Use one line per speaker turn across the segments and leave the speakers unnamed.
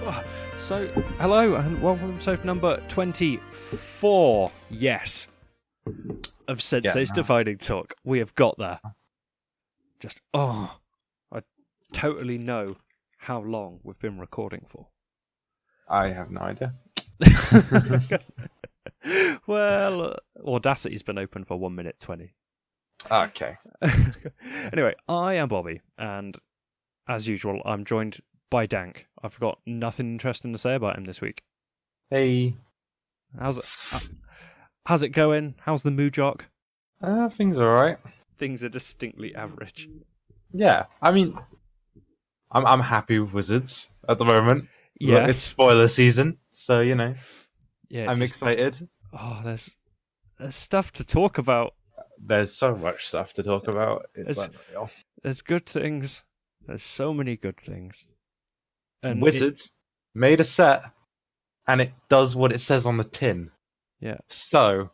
So, hello and welcome to episode number 24. Yes. Of Sensei's
no.
Dividing Talk. We have got there. Just, oh, I totally know how long we've been recording for.
I have no idea.
well, uh, Audacity's been open for 1 minute 20.
Okay.
anyway, I am Bobby, and as usual, I'm joined by Dank. I've got nothing interesting to say about him this week.
Hey,
How's it? uh, How's it going? How's the moo jock?
uh, things are alright.
Things are distinctly average.
Yeah, I mean, I'm I'm happy with Wizards at the moment. Look, it's
Yes.
spoiler season, so you know
Yeah.
I'm
just-
excited.
oh, there's there's stuff to talk about.
There's so much stuff to talk about. It's, oh,
It's-
unreal.
There's good things. There's so many good things. it-
Wizards made a set, and it does what it says on the tin.
Yeah.
So,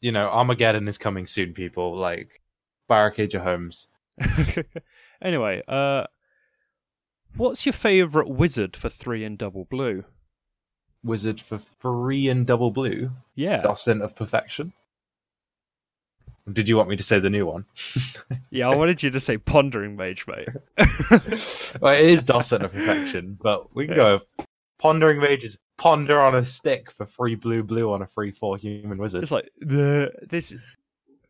you know, Armageddon is coming soon, people. Like, barricade your homes.
anyway, uh, what's your favourite wizard for three and double blue?
Wizard for free and double blue.
Yeah.
Dustin of Perfection. Did you want me to say the new one?
Yeah, I wanted you to say pondering mage, mate.
well, it is Dustin of Perfection, but we can go. with Pondering Mages, ponder on a stick for free blue, blue on a free four human wizard.
It's like the this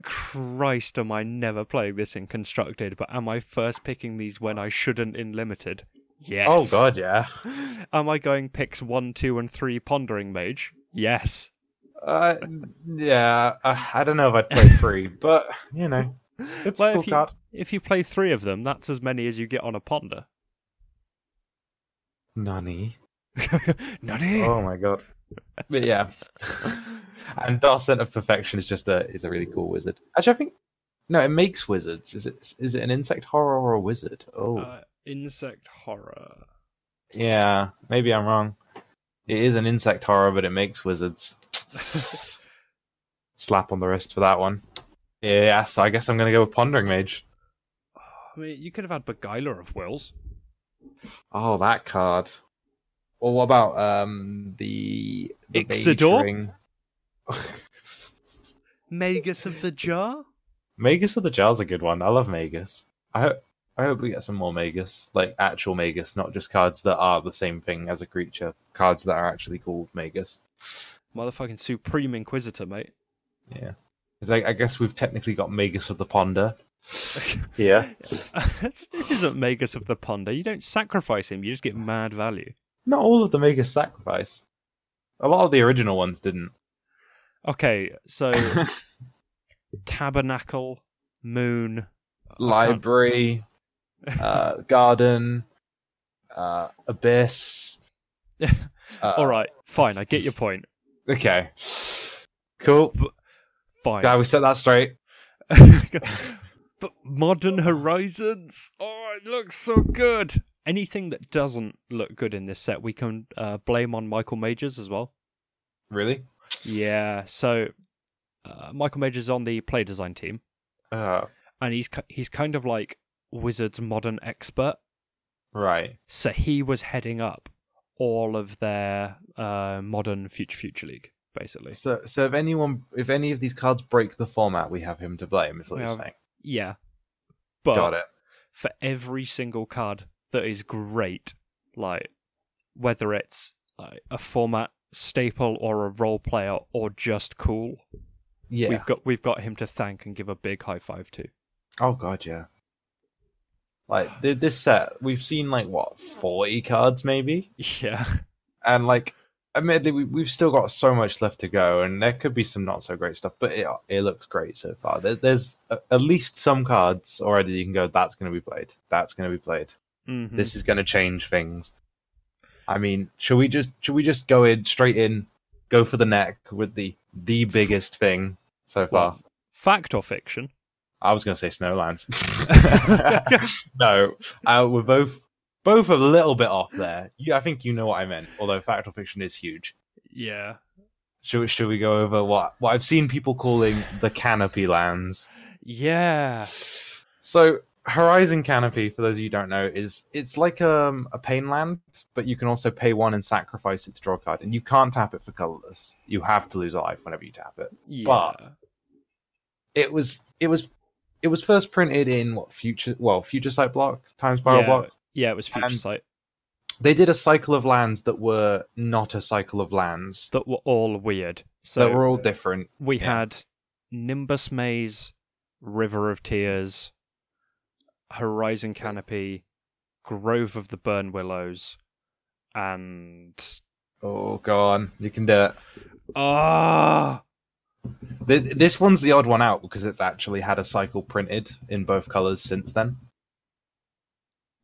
Christ am I never playing this in constructed, but am I first picking these when I shouldn't in limited?
Oh
Yes.
god, yeah.
god. Am I going picks one, two, and three pondering mage? Yes.
Uh, yeah, uh, I don't know if I'd play free, but you know, it's
Well,
a cool
if you
card.
if you play three of them, that's as many as you get on a ponder.
Nani.
None.
Oh my god. But yeah, and Dustin of Perfection is just a is a really cool wizard. Actually, I think no, it makes wizards. Is it is it an insect horror or a wizard? Oh,
Uh, insect horror.
Yeah, maybe I'm wrong. It is an insect horror, but it makes wizards. Slap on the wrist for that one. Yeah, so I guess I'm gonna go with Pondering Mage.
I mean, you could have had Beguiler of Wills.
Oh, that card. Well, what about um the, the
Ixodor?
Mage Ring?
Magus of the Jar.
Magus of the Jar's a good one. I love Magus. I hope I hope we get some more Magus, like actual Magus, not just cards that are the same thing as a creature. Cards that are actually called Magus.
Motherfucking Supreme Inquisitor, mate.
Yeah. 'Cause I, I guess we've technically got Magus of the Ponder. yeah.
this this isn't Magus of the Ponder. You don't sacrifice him, you just get mad value.
Not all of the Magus sacrifice. A lot of the original ones didn't.
Okay, so Tabernacle, Moon,
Library, uh, Garden, uh, Abyss. Uh,
Alright, fine, I get your point.
Okay. Cool.
Fine.
Glad we set that straight.
but Modern Horizons? Oh, it looks so good. Anything that doesn't look good in this set, we can uh, blame on Michael Majors as well.
Really?
Yeah, so uh, Michael Majors on the play design team.
Uh,
and he's ki- he's kind of like Wizards modern expert.
right.
So he was heading up all of their uh, modern future future league, basically.
So, so if anyone, if any of these cards break the format, we have him to blame. Is what
We
you're
have-
saying?
Yeah, but
Got it.
for every single card that is great, like whether it's like, a format staple or a role player or just cool,
Yeah.
we've got we've got him to thank and give a big high five to.
Oh god, yeah. Like th- this set, we've seen like what forty cards maybe,
Yeah,
and like admittedly, we, we've still got so much left to go, and there could be some not so great stuff, but it it looks great so far. There, there's a, at least some cards already you can go. That's going to be played. That's going to be played.
Mhm.
This is going to change things. I mean, should we just should we just go in straight in, go for the neck with the the biggest thing so far?
well, fact or fiction?
I was going to say Snowlands. no, uh, we're both both a little bit off there. You, I think you know what I meant. Although fact or fiction is huge.
Yeah.
Should we, should we go over what what I've seen people calling the canopy lands?
Yeah.
So Horizon Canopy, for those of you who don't know, is it's like um, a pain land, but you can also pay one and sacrifice it to draw a card, and you can't tap it for colorless. You have to lose a life whenever you tap it.
Yeah.
But- It was it was it was first printed in what future well future sight block times spiral
Yeah.
block.
yeah, it was Future
and-
Sight
They did a cycle of lands that were not a cycle of lands
that were all weird.
that
So
were all different.
we
yeah.
had Nimbus Maze, River of Tears, Horizon Canopy, Grove of the Burn Willows, and
Oh, go on, you can do it.
ah,
Th- This one's the odd one out because it's actually had a cycle printed in both colors since then.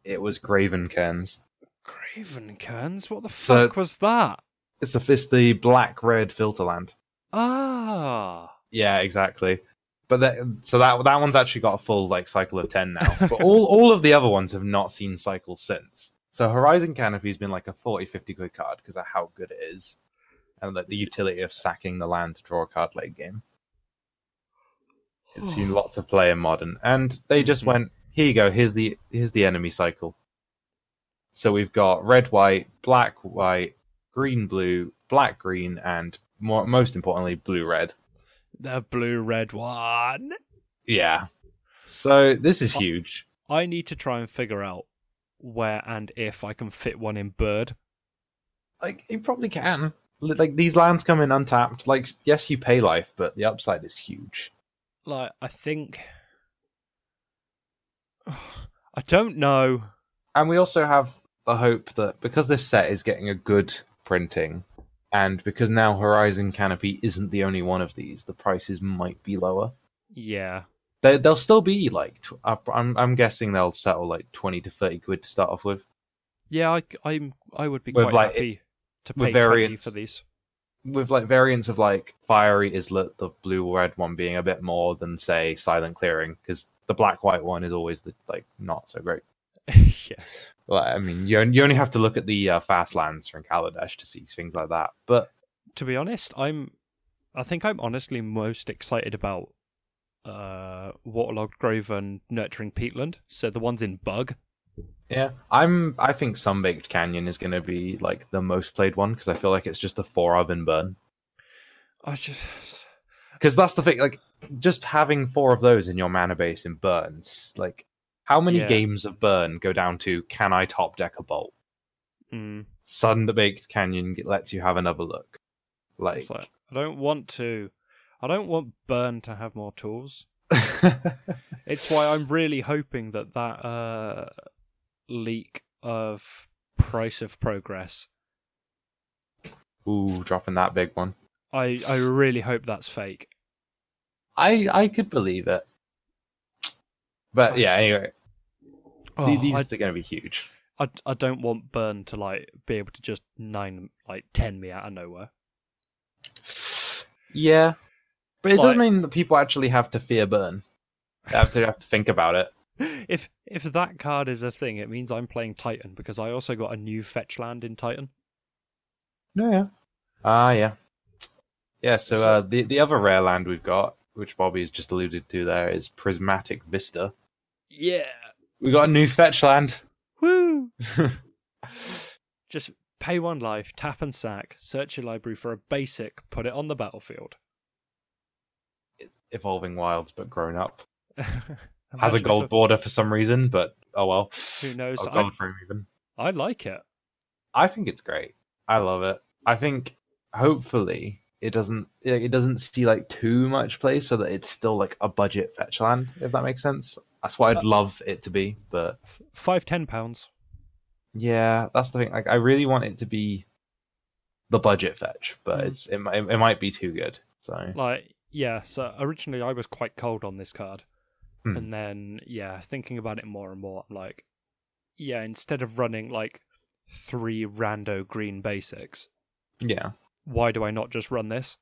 It was Graven Cairns.
Graven Cairns. What the
So-
fuck was that?
It's a fist, the black red filter land.
Ah,
Yeah, exactly. But that, so that that one's actually got a full like cycle of ten now. But all all of the other ones have not seen cycles since. So Horizon Canopy's been like a 40, 50 quid card because of how good it is, and like the utility of sacking the land to draw a card late game. It's seen lots of play in modern, and they just
Mhm.
went, "Here you go. Here's the here's the enemy cycle." So we've got red, white, black, white, green, blue, black, green, and more, most importantly, blue, red.
the blue red one.
Yeah. So this is huge.
I need to try and figure out where and if I can fit one in Bird.
Like you probably can. Li- Like these lands come in untapped. Like yes, you pay life, but the upside is huge.
Like, I think. I don't know.
And we also have the hope that because this set is getting a good printing, and because now Horizon Canopy isn't the only one of these, the prices might be lower.
Yeah.
They, they'll still be like tw- up- I'm I'm guessing they'll settle like twenty to thirty quid to start off with.
Yeah, I, I'm, I would be
With,
quite
like,
happy to
with
pay 20
variants.
for these.
with like variants of like fiery islet, the blue red one being a bit more than say silent clearing, because the black white one is always the like not so great.
yeah.
Like, I mean, you on- you only have to look at the uh, fast lands from Kaladesh to see things like that. But
To be honest, I'm. I think I'm honestly most excited about uh, Waterlogged Grove and Nurturing Peatland. So the ones in Bug.
yeah, I'm I think Sunbaked Canyon is going to be like the most played one because I feel like it's just a four of and burn.
I just.
Because that's the thing, like just having four of those in your mana base in burns, like how many
Yeah.
games of burn go down to can I top deck a bolt?
Mm,
Sun the Baked Canyon g- lets you have another look. Like,
it's like, I don't want to. I don't want Burn to have more tools. It's why I'm really hoping that that uh, leak of price of progress.
ooh, dropping that big one.
I I really hope that's fake.
I I could believe it, but yeah. Anyway,
Oh,
th- these
I,
are going to be huge.
I I don't want Burn to like be able to just nine like ten me out of nowhere.
Yeah, but it
Like-
does mean that people actually have to fear burn. They have to have to think about it.
If if that card is a thing, it means I'm playing Titan because I also got a new fetch land in Titan.
No, yeah. Ah, yeah, yeah. So,
So-
uh, the the other rare land we've got, which Bobby has just alluded to, there is Prismatic Vista.
Yeah.
We got a new fetch land.
Woo. Just pay one life, tap and sack, search your library for a basic, put it on the battlefield.
Evolving Wilds, but grown up. has
Imagine
a
if
gold border for some reason, but oh well.
Who knows?
A
I,
gold frame even.
I like it.
I think it's great. I love it. I think hopefully it doesn't it it doesn't see like too much play, so that it's still like a budget fetch land, if that makes sense. That's what
Uh,
I'd love it to be, but
F- Five ten pounds.
yeah, that's the thing. Like I really want it to be the budget fetch, but
Mm.
it's it, mi- it might be too good. So
Like yeah. So originally I was quite cold on this card,
Hmm.
and then yeah, thinking about it more and more, I'm like, yeah, instead of running like three rando green basics,
yeah,
why do I not just run this?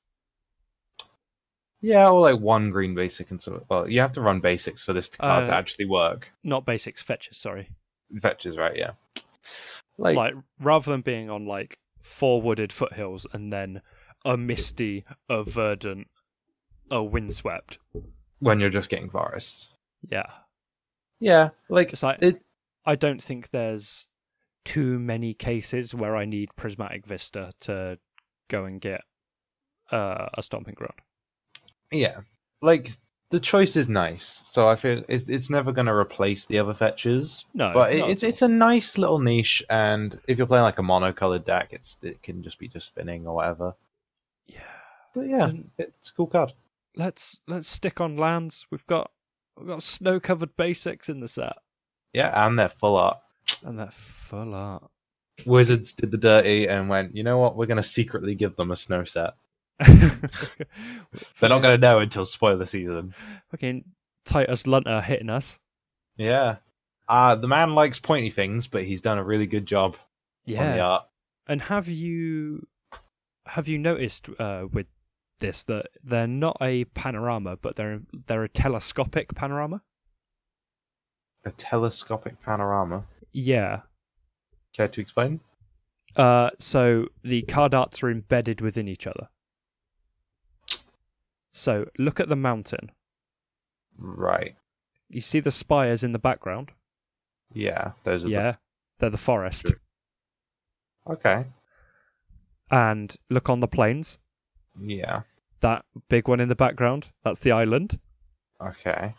yeah, or like one green basic and so. Well, you have to run basics for this card to
Uh,
actually work.
Not basics fetches. Sorry.
Fetches, right? Yeah.
Like, rather than being on like four wooded foothills and then a misty, a verdant, a windswept.
when you're just getting forests.
Yeah.
Yeah, like
It's like
it.
I don't think there's too many cases where I need Prismatic Vista to go and get uh, a stomping ground.
Yeah, like the choice is nice. So I feel it, it's never going to replace the other fetches,
No,
but it,
not
it's
at all.
it's a nice little niche. And if you're playing like a monocolored deck, it's it can just be just spinning or whatever.
yeah.
But yeah,
And-
it's a cool card.
Let's let's stick on lands. We've got we've got snow covered basics in the set,
Yeah, and they're full art.
and they're full art.
Wizards did the dirty and went, you know what? We're going to secretly give them a snow set. They're not going to know until spoiler season.
fucking Titus Lunter hitting us.
Yeah. Uh, the man likes pointy things, but he's done a really good job on the
Yeah,
art.
and have you have you noticed uh, with this that they're not a panorama, but they're they're a telescopic panorama?
A telescopic panorama.
Yeah.
Care to explain?
Uh, so the card arts are embedded within each other. So look at the mountain.
Right.
You see the spires in the background.
Yeah. Those are
Yeah, they're the forest.
the. Okay.
And look on the plains.
Yeah.
That big one in the background. That's the island.
Okay.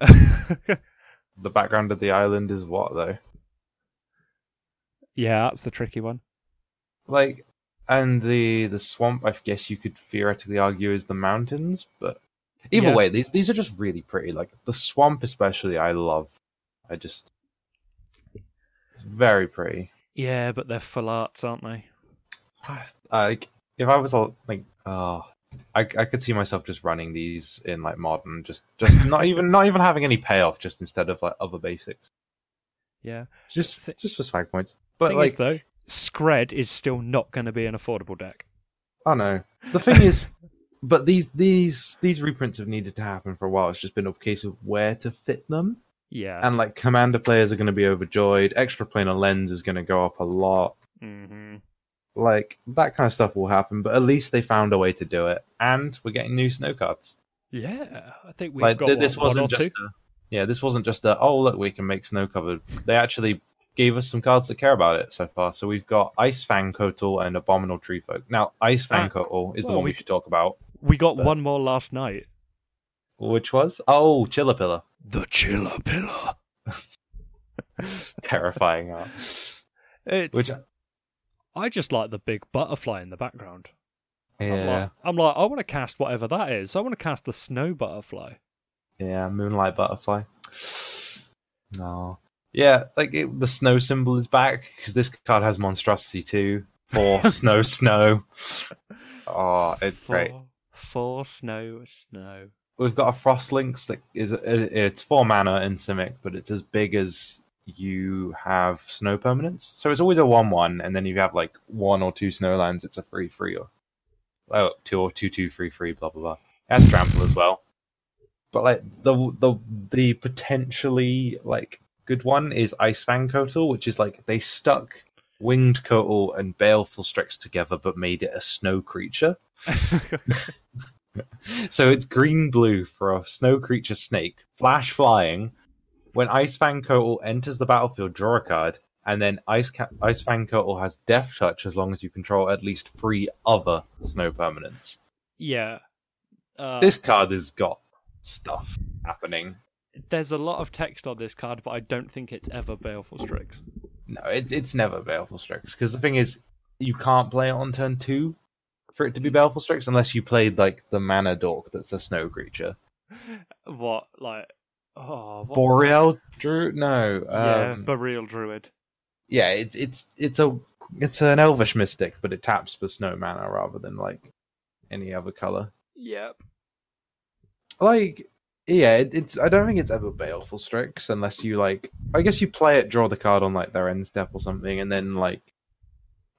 The background of the island is what, though?
yeah, that's the tricky one.
Like. And the the swamp, I guess you could theoretically argue, is the mountains. But either
Yeah.
way, these these are just really pretty. Like the swamp, especially, I love. I just it's very pretty.
Yeah, but they're full arts, aren't they?
like if I was a like oh I, I could see myself just running these in like modern just just not even not even having any payoff just instead of like other basics
Yeah.
just
Thi-
just for swag points but
Thing
like
is, though, Scred is still not going to be an affordable deck.
I know the thing is but these these these reprints have needed to happen for a while it's just been a case of where to fit them
Yeah.
and like commander players are going to be overjoyed extra planar lens is going to go up a lot
hmm
like that kind of stuff will happen but at least they found a way to do it and we're getting new snow cards
Yeah, I think we've
like
got
th-
what,
this
one or
wasn't
two.
just a, yeah this wasn't just a oh look we can make snow covered they actually gave us some cards that care about it so far so we've got ice fang kotal and abominal tree folk now ice fang
Ah,
kotal is the
well,
one we
we-
should talk about
We got
But-
one more last night.
which was oh chillapilla
The Chiller Pillar.
terrifying art
It's.
Which-
I just like the big butterfly in the background. I'm,
yeah
like, I'm like, I want to cast whatever that is. I want to cast the snow butterfly.
yeah moonlight butterfly no yeah like it, the snow symbol is back because this card has monstrosity too for snow snow oh it's
for,
great
For snow, snow.
we've got a Frostlinks that is it's four mana in Simic, but it's as big as you have snow permanents. So it's always a one-one, and then you have like one or two snow lands. It's a three-three or oh two or two-two three-three. Blah blah blah. That's trample as well. But like the the the potentially like good one is Ice Fang Kotal, which is like they stuck Winged Kotal and Baleful Strix together, but made it a snow creature. So it's green blue for a snow creature snake, flash flying. When Ice Fang Kotal enters the battlefield, draw a card, and then Ice, Ca- Ice Fang Kotal has Death Touch as long as you control at least three other snow permanents.
yeah. Uh,
This card has got stuff happening.
There's a lot of text on this card, but I don't think it's ever Baleful Strix.
No, it, it's never Baleful Strix, because the thing is, you can't play it on turn two for it to be Baleful Strix unless you played like the Mana Dork that's a snow creature.
What? Like, oh. what's-
Boreal Drew? No.
yeah,
um,
Boreal Druid.
yeah, it's it's it's a it's an elvish mystic, but it taps for snow mana rather than like any other color.
Yep.
Like, yeah, it, it's I don't think it's ever baleful strix unless you like. I guess you play it, draw the card on like their end step or something, and then like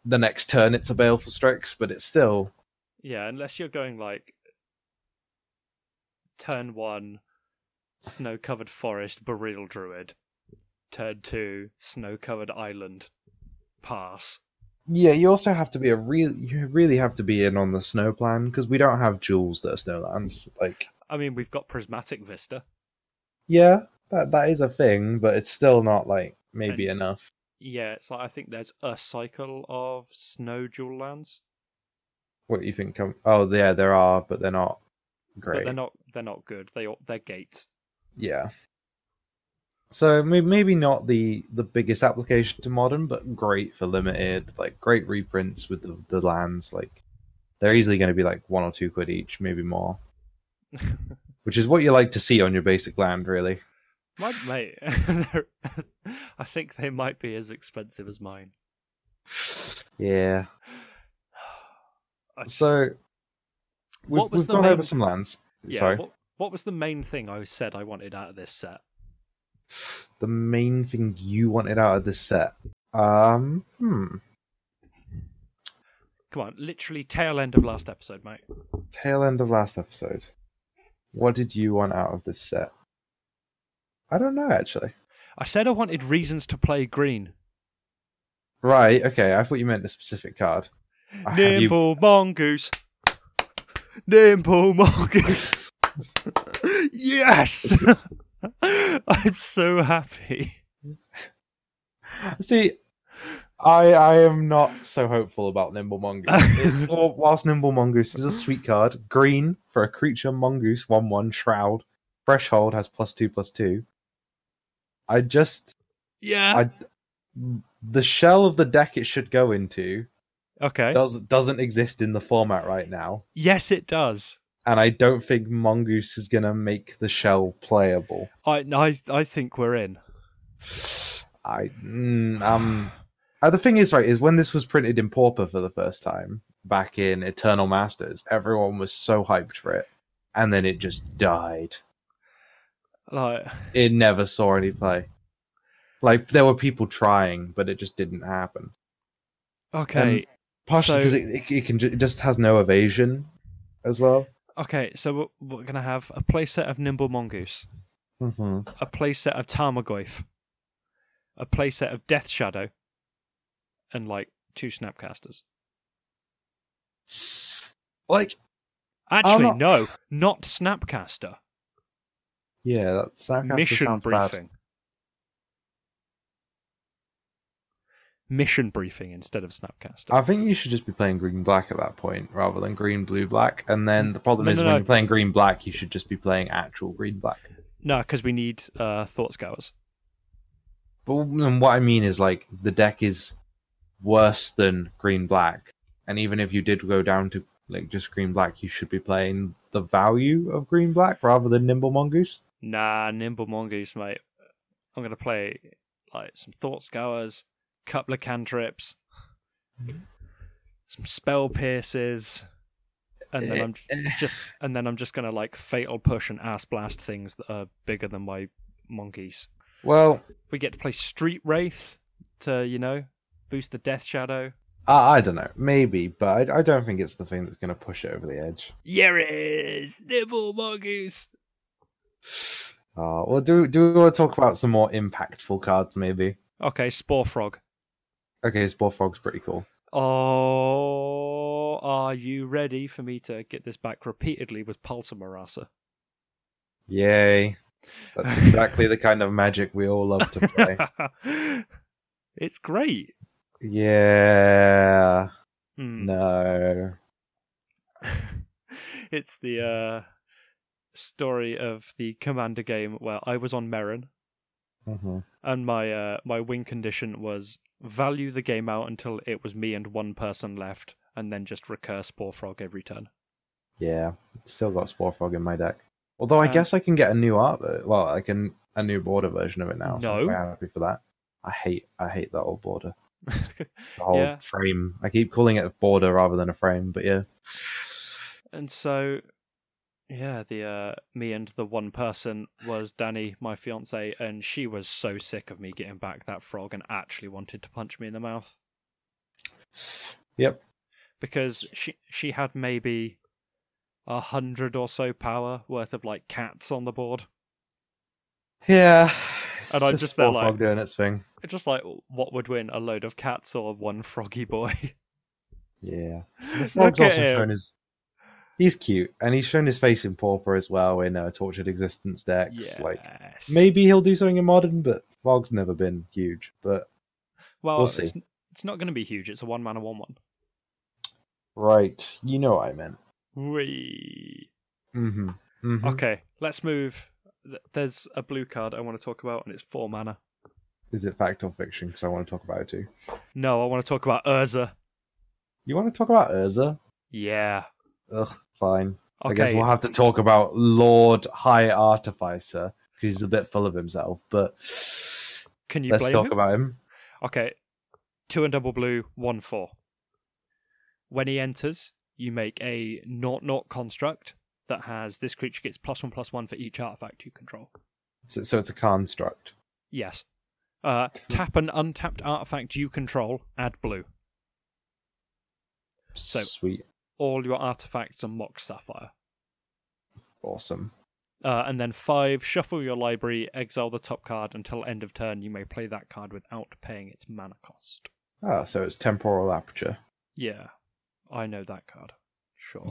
the next turn it's a baleful strix, but it's still
Yeah, unless you're going like turn one, snow covered forest, boreal druid. Turn two, snow covered island. Pass.
yeah. You also have to be a real you really have to be in on the snow plan because we don't have jewels that are snow lands. Like,
I mean, we've got prismatic vista.
yeah, that that is a thing, but it's still not like maybe enough.
Yeah, it's like I think there's a cycle of snow dual lands,
What do you think? Come, oh yeah, there are, but they're not
but
great.
they're not they're not good. They are- they're gates.
Yeah. So may- maybe not the the biggest application to modern, but great for limited, like great reprints with the, the lands. Like they're easily going to be like one or two quid each, maybe more, which is what you like to see on your basic land, really.
My mate, they're- I think they might be as expensive as mine.
Yeah.
I just-
So we've,
What was
we've
the
gone
main-
over some lands.
yeah,
Sorry.
What, what was the main thing I said I wanted out of this set?
The main thing you wanted out of this set. Um. Hmm.
Come on, literally tail end of last episode, mate.
tail end of last episode. What did you want out of this set? I don't know actually.
I said I wanted reasons to play green.
Right, okay, I thought you meant a specific card. I have you-
Nimble mongoose. Nimble mongoose. yes. I'm so happy.
See, I I am not so hopeful about Nimble Mongoose. It's- wh- whilst Nimble Mongoose is a sweet card, green for a creature Mongoose one one Shroud Threshold has plus two plus two. I just
Yeah.
the shell of the deck it should go into
okay.
does doesn't exist in the format right now.
Yes, it does.
and I don't think Mongoose is gonna make the shell playable.
I I I think we're in.
I mm, um, uh, the thing is, right, is when this was printed in Pauper for the first time back in Eternal Masters, everyone was so hyped for it, and then it just died.
Like
It never saw any play. Like there were people trying, but it just didn't happen.
okay.
Partially
So-
because it, it, it can ju- it just has no evasion as well.
okay, so we're, we're going to have a playset of Nimble Mongoose,
hmm
a playset of Tarmogoyf, a playset of Death Shadow, and like two Snapcasters.
Like
Actually,
not-
no, not Snapcaster.
yeah, that's that
Mission
sounds bad.
briefing. Mission briefing instead of Snapcaster.
I think you should just be playing green black at that point rather than green blue black. And then the problem
No,
is
no,
when
no.
you're playing green black, you should just be playing actual green black.
no, because we need uh, Thought Scours.
But w- what I mean is like the deck is worse than green black, and even if you did go down to like just green black, you should be playing the value of green black rather than nimble mongoose.
Nah, Nimble Mongoose, mate. I'm gonna play like some Thought Scours, couple of cantrips, some spell pierces, and then I'm j- just and then I'm just gonna like fatal push and ass blast things that are bigger than my monkeys.
Well,
We get to play Street Wraith to you know boost the Death Shadow.
I, I don't know, maybe, but I, I don't think it's the thing that's going to push it over the edge.
Yeah, it is Nimble Mongoose.
Uh, well, do do we want to talk about some more impactful cards? Maybe.
Okay, Spore Frog.
Okay, Spore Frog's pretty cool.
Oh, are you ready for me to get this back repeatedly with Pulsar Marasa?
Yay. That's exactly the kind of magic we all love to play.
it's great.
yeah.
Mm.
No.
it's the uh, story of the Commander game where I was on Merrin
Mhm.
and my uh, my win condition was value the game out until it was me and one person left, and then just recur Spore Frog every turn.
Yeah. Still got Spore Frog in my deck. Although I
Uh,
guess I can get a new art. ver- Well, I can a new border version of it now. So I'm
No.
very happy for that. I hate I hate that old border. The whole
Yeah.
frame. I keep calling it a border rather than a frame, but yeah.
And so, yeah, the uh, me and the one person was Danny, my fiance, and she was so sick of me getting back that frog and actually wanted to punch me in the mouth
Yep.
because she she had maybe a hundred or so power worth of like cats on the board.
Yeah.
And
It's
I'm just there
Spore
like-
Frog doing its thing.
It's just like what would win a load of cats or one froggy boy.
Yeah. The
Look
frog's
at
also
him.
shown his. He's cute, and he's shown his face in Pauper as well in uh, Tortured Existence decks.
Yes.
Like maybe he'll do something in Modern, but Fog's never been huge. But
Well,
we'll
it's,
see.
it's not going to be huge. It's a one mana one one.
right, you know what I meant.
Wee.
Mm-hmm.
Okay, let's move. Th- There's a blue card I want to talk about, and it's four mana.
Is it fact or fiction? Because I want to talk about it too.
No, I want to talk about Urza.
You want to talk about Urza?
Yeah.
Ugh, fine.
Okay.
I guess we'll have to talk about Lord High Artificer because he's a bit full of himself. But
Can you
let's
blame
talk
him?
about him.
Okay. Two and double blue, one four. When he enters, you make a naught naught construct that has this creature gets plus one plus one for each artifact you control.
So, so it's a construct.
Yes. Uh, tap an untapped artifact you control, add blue. So-
sweet,
All your artifacts are mock sapphire.
awesome.
Uh, and then five, shuffle your library, exile the top card until end of turn. You may play that card without paying its mana cost.
Ah, so it's temporal aperture.
Yeah, I know that card. Sure.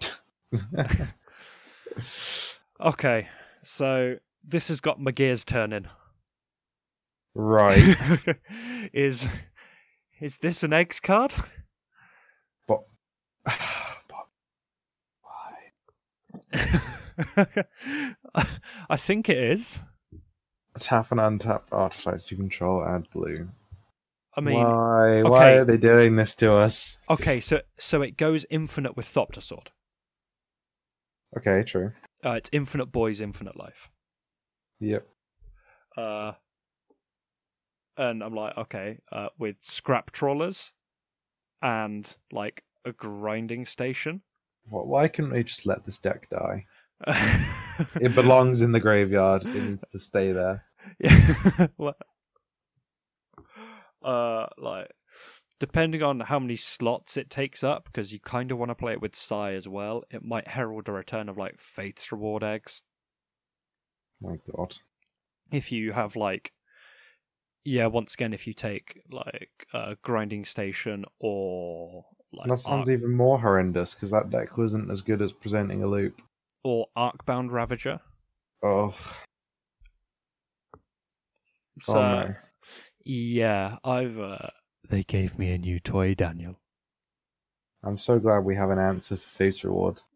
okay, so this has got my gears turning.
Right.
is is this an eggs card?
But why?
I think it is.
Tap an untapped artifact you control, add blue.
I mean,
why? Why
okay.
are they doing this to us?
okay, so so it goes infinite with Thopter Sword.
Okay, true.
Uh, it's infinite boys, infinite life.
Yep.
uh, and I'm like, okay, uh, with scrap trawlers and like a grinding station.
Wh- Why couldn't they just let this deck die? It
it
belongs in the graveyard. It needs to stay there.
uh, like, depending on how many slots it takes up, because you kind of want to play it with Psy as well, it might herald a return of like Faith's reward eggs.
My God.
if you have like yeah once again if you take like uh, grinding station or like uh,
that sounds
arc,
even more horrendous because that deck wasn't as good as presenting a loop.
or arcbound ravager
Oh,
so
oh no.
uh, yeah i've uh, they gave me a new toy daniel
I'm so glad we have an answer for face reward.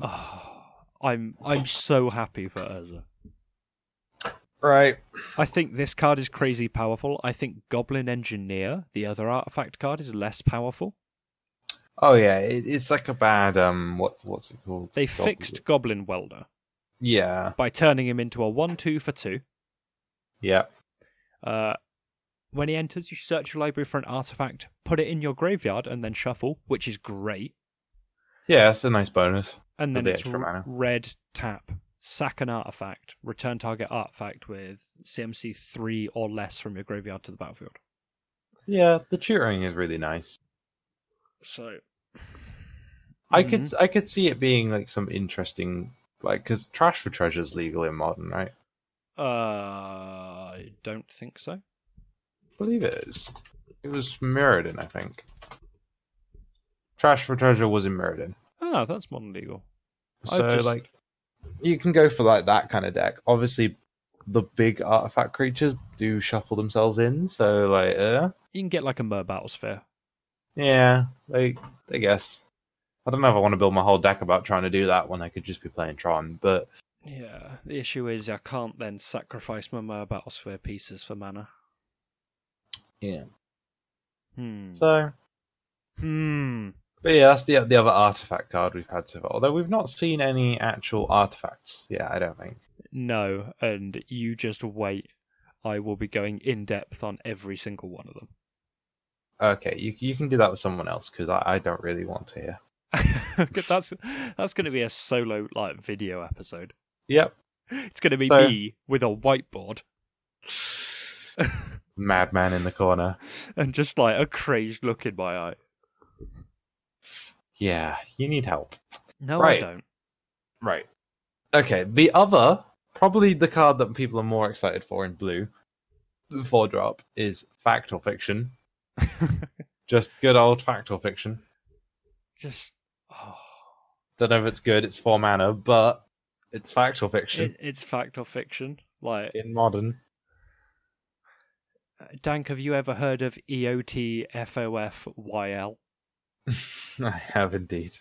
oh, i'm i'm so happy for urza
Right.
i think this card is crazy powerful i think goblin engineer the other artifact card is less powerful
Oh yeah, it, it's like a bad um. What's what's it called?
they
Goblin-
fixed goblin welder
Yeah.
by turning him into a 1 2 for 2.
Yeah.
Uh, when he enters, you search your library for an artifact, put it in your graveyard, and then shuffle, which is great.
Yeah, that's a nice bonus.
And then
With the
it's
extra
r-
mana.
red tap, sack an artifact, return target artifact with CMC 3 or less from your graveyard to the battlefield.
Yeah, the tutoring is really nice.
So.
I
Mm-hmm.
could I could see it being like some interesting like because trash for treasure's legal in modern, right?
Uh, I don't think so.
believe it is. It was Mirrodin, I think. Trash for treasure was in Mirrodin.
Ah, that's modern legal.
So
I've just-
like you can go for like that kind of deck. Obviously the big artifact creatures do shuffle themselves in, so like uh,
You can get like a Mer Battlesphere.
yeah, like I guess. I don't know if I want to build my whole deck about trying to do that when I could just be playing Tron, but
Yeah, the issue is I can't then sacrifice my Mer Battlesphere pieces for mana.
yeah.
Hmm.
So
Hmm.
But yeah, that's the the other artifact card we've had so far. Although we've not seen any actual artifacts. Yeah, I don't think.
No, and you just wait. I will be going in depth on every single one of
Okay, you you can do that with someone else because I, I don't really want to hear.
them. 'Cause that's that's going to be a solo like video episode.
Yep,
It's going to be
So-
me with a whiteboard
madman in the corner.
and just like a crazed look in my eye.
Yeah, you need help.
No, I
Right.
don't.
Right. Okay, the other probably the card that people are more excited for in blue, four drop is fact or fiction. Just good old fact or fiction.
Just oh,
Don't know if it's good. It's four mana, but it's factual fiction
it, it's fact or fiction. Like
in modern.
Dank, have you ever heard of E EOT FOFYL?
I have indeed.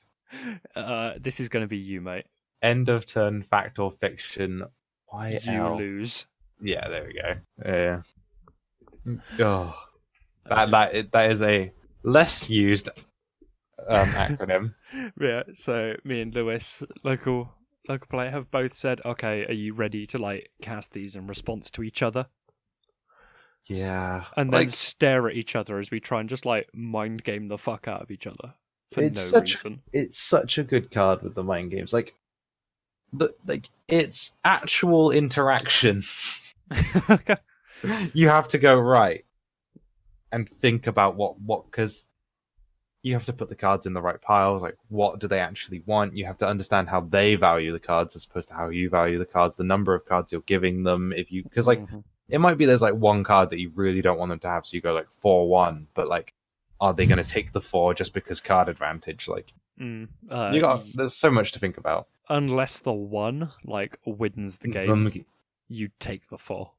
Uh, this is going to be you, mate.
End of turn factual fiction. YL.
You lose.
Yeah, there we go. Yeah. Oh, that that it- that is a less used um, acronym.
yeah so me and lewis local local player have both said okay are you ready to like cast these in response to each other
yeah,
and then
Like,
stare at each other as we try and just like mind game the fuck out of each other for
It's
no
such-
reason
it's such a good card with the mind games. Like, the like it's actual interaction. you have to go right and think about what what because you have to put the cards in the right piles like what do they actually want you have to understand how they value the cards as opposed to how you value the cards the number of cards you're giving them if you because like
Mhm.
it might be there's like one card that you really don't want them to have so you go like four one but like are they going to take the four just because card advantage like
Mm, uh,
you got there's so much to think about
unless the one like wins the game
Them-
you take the four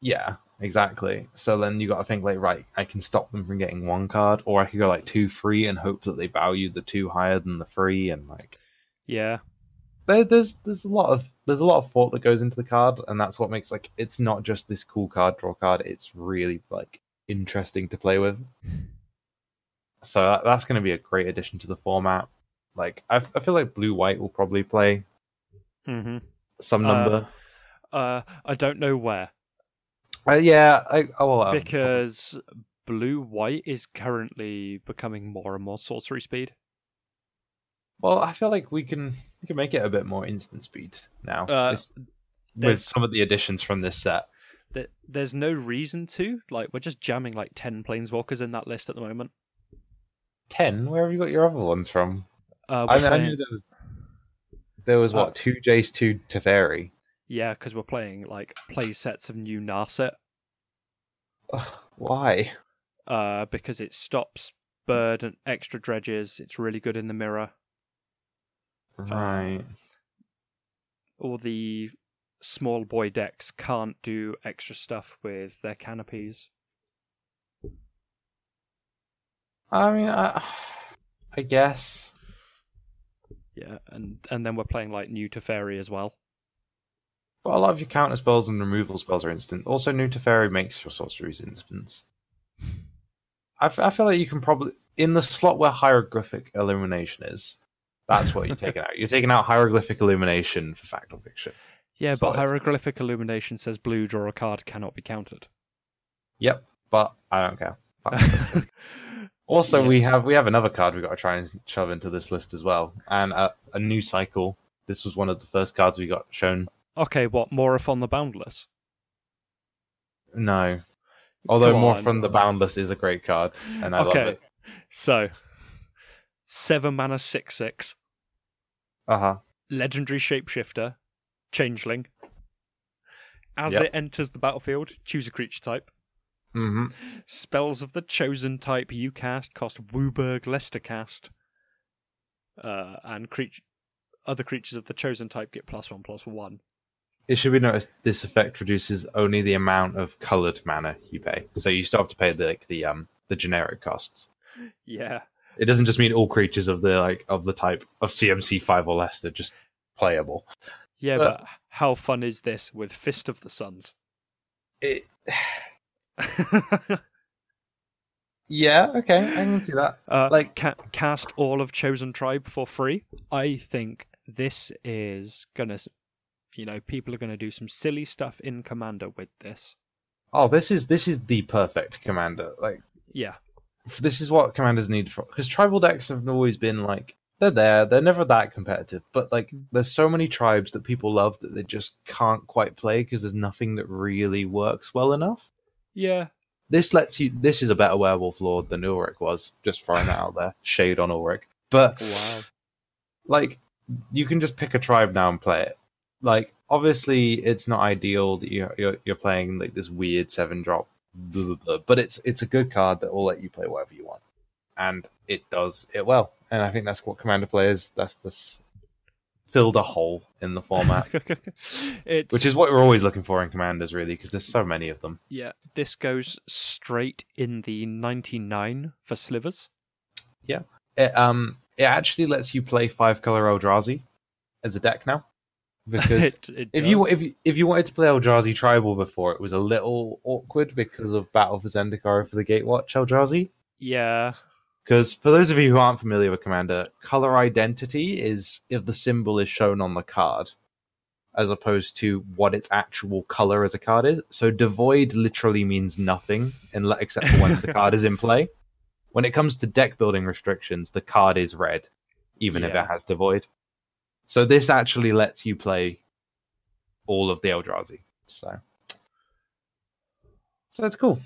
Yeah, exactly. So then you got to think like, right, I can stop them from getting one card, or I could go like two free and hope that they value the two higher than the free, and like
yeah
there, there's there's a lot of there's a lot of thought that goes into the card, and that's what makes like it's not just this cool card draw card. It's really like interesting to play with. So that, that's going to be a great addition to the format. Like I, I feel like blue white will probably play
hmm
some
Uh,
number.
uh i don't know where
Uh, yeah, I, I will. um,
because blue white is currently becoming more and more sorcery speed
Well, I feel like we can we can make it a bit more instant speed now
Uh,
with- with
there's-
some of the additions from this set.
that there's no reason to. Like we're just jamming like ten planeswalkers in that list at the moment.
Ten? Where have you got your other ones from?
Uh,
I,
we're
mean, I
playing,
knew there was there was what
Uh,
two Jace, two Teferi.
yeah, because we're playing like play sets of new Narset,
Ugh, why?
uh, because it stops bird and extra dredges. It's really good in the mirror. uh,
Right.
All the small boy decks can't do extra stuff with their canopies.
I mean, I, I guess.
Yeah, and and then we're playing like new Teferi as well.
But a lot of your counter spells and removal spells are instant. Also, new Teferi makes your sorceries instants. I, f- I feel like you can probably in the slot where hieroglyphic illumination is. That's what you're taking out. You're taking out hieroglyphic illumination for fact or fiction.
Yeah,
Solid.
but hieroglyphic illumination says blue draw a card cannot be countered.
Yep, but I don't care. Fact or fiction. also,
Yeah.
we have we have another card we've got to try and shove into this list as well, and a, a new cycle. This was one of the first cards we got shown.
okay, what Morophon the Boundless?
No, although
Come
more
on.
from the boundless is a great card, and I love
okay.
it.
So, seven mana, six six,
Uh huh.
legendary shapeshifter, changeling. As
Yep.
it enters the battlefield, choose a creature type.
Mm-hmm.
Spells of the chosen type you cast cost Wooburg Lester cast, uh, and creature other creatures of the chosen type get plus one plus one.
It should be noticed this effect reduces only the amount of colored mana you pay, so you still have to pay the like, the um the generic costs.
Yeah,
It doesn't just mean all creatures of the like of the type of CMC five or less; they're just playable.
yeah,
Uh,
but how fun is this with Fist of the Suns?
It, yeah, okay, I can see that.
Uh,
Like-
like ca- cast all of Chosen Tribe for free. I think this is gonna, s- you know, people are gonna do some silly stuff in Commander with this.
Oh, this is this is the perfect commander. Like
Yeah,
f- this is what commanders need for because tribal decks have always been like they're there, they're never that competitive, but like there's so many tribes that people love that they just can't quite play because there's nothing that really works well enough.
yeah,
this lets you this is a better werewolf lord than Ulrich was, just throwing that out there. Shade on Ulrich. But
Wow.
like you can just pick a tribe now and play it. Like obviously it's not ideal that you you're, you're playing like this weird seven drop blah, blah, blah, but it's it's a good card that will let you play whatever you want. And it does it well and I think that's what Commander players. That's this filled a hole in the format,
it's
which is what we're always looking for in Commanders, really, because there's so many of them.
yeah. This goes straight in the ninety nine for slivers.
It, um, it actually lets you play five color Eldrazi as a deck now, because
It- it
if you
does.
if you, if you wanted to play Eldrazi Tribal before, it was a little awkward because of Battle for Zendikar for the Gatewatch Eldrazi.
yeah
Because for those of you who aren't familiar with Commander, color identity is if the symbol is shown on the card, as opposed to what its actual color as a card is. So devoid literally means nothing, in, except for when the card is in play. When it comes to deck building restrictions, the card is red, even if
Yeah.
it has devoid. So this actually lets you play all of the Eldrazi. So, so it's cool.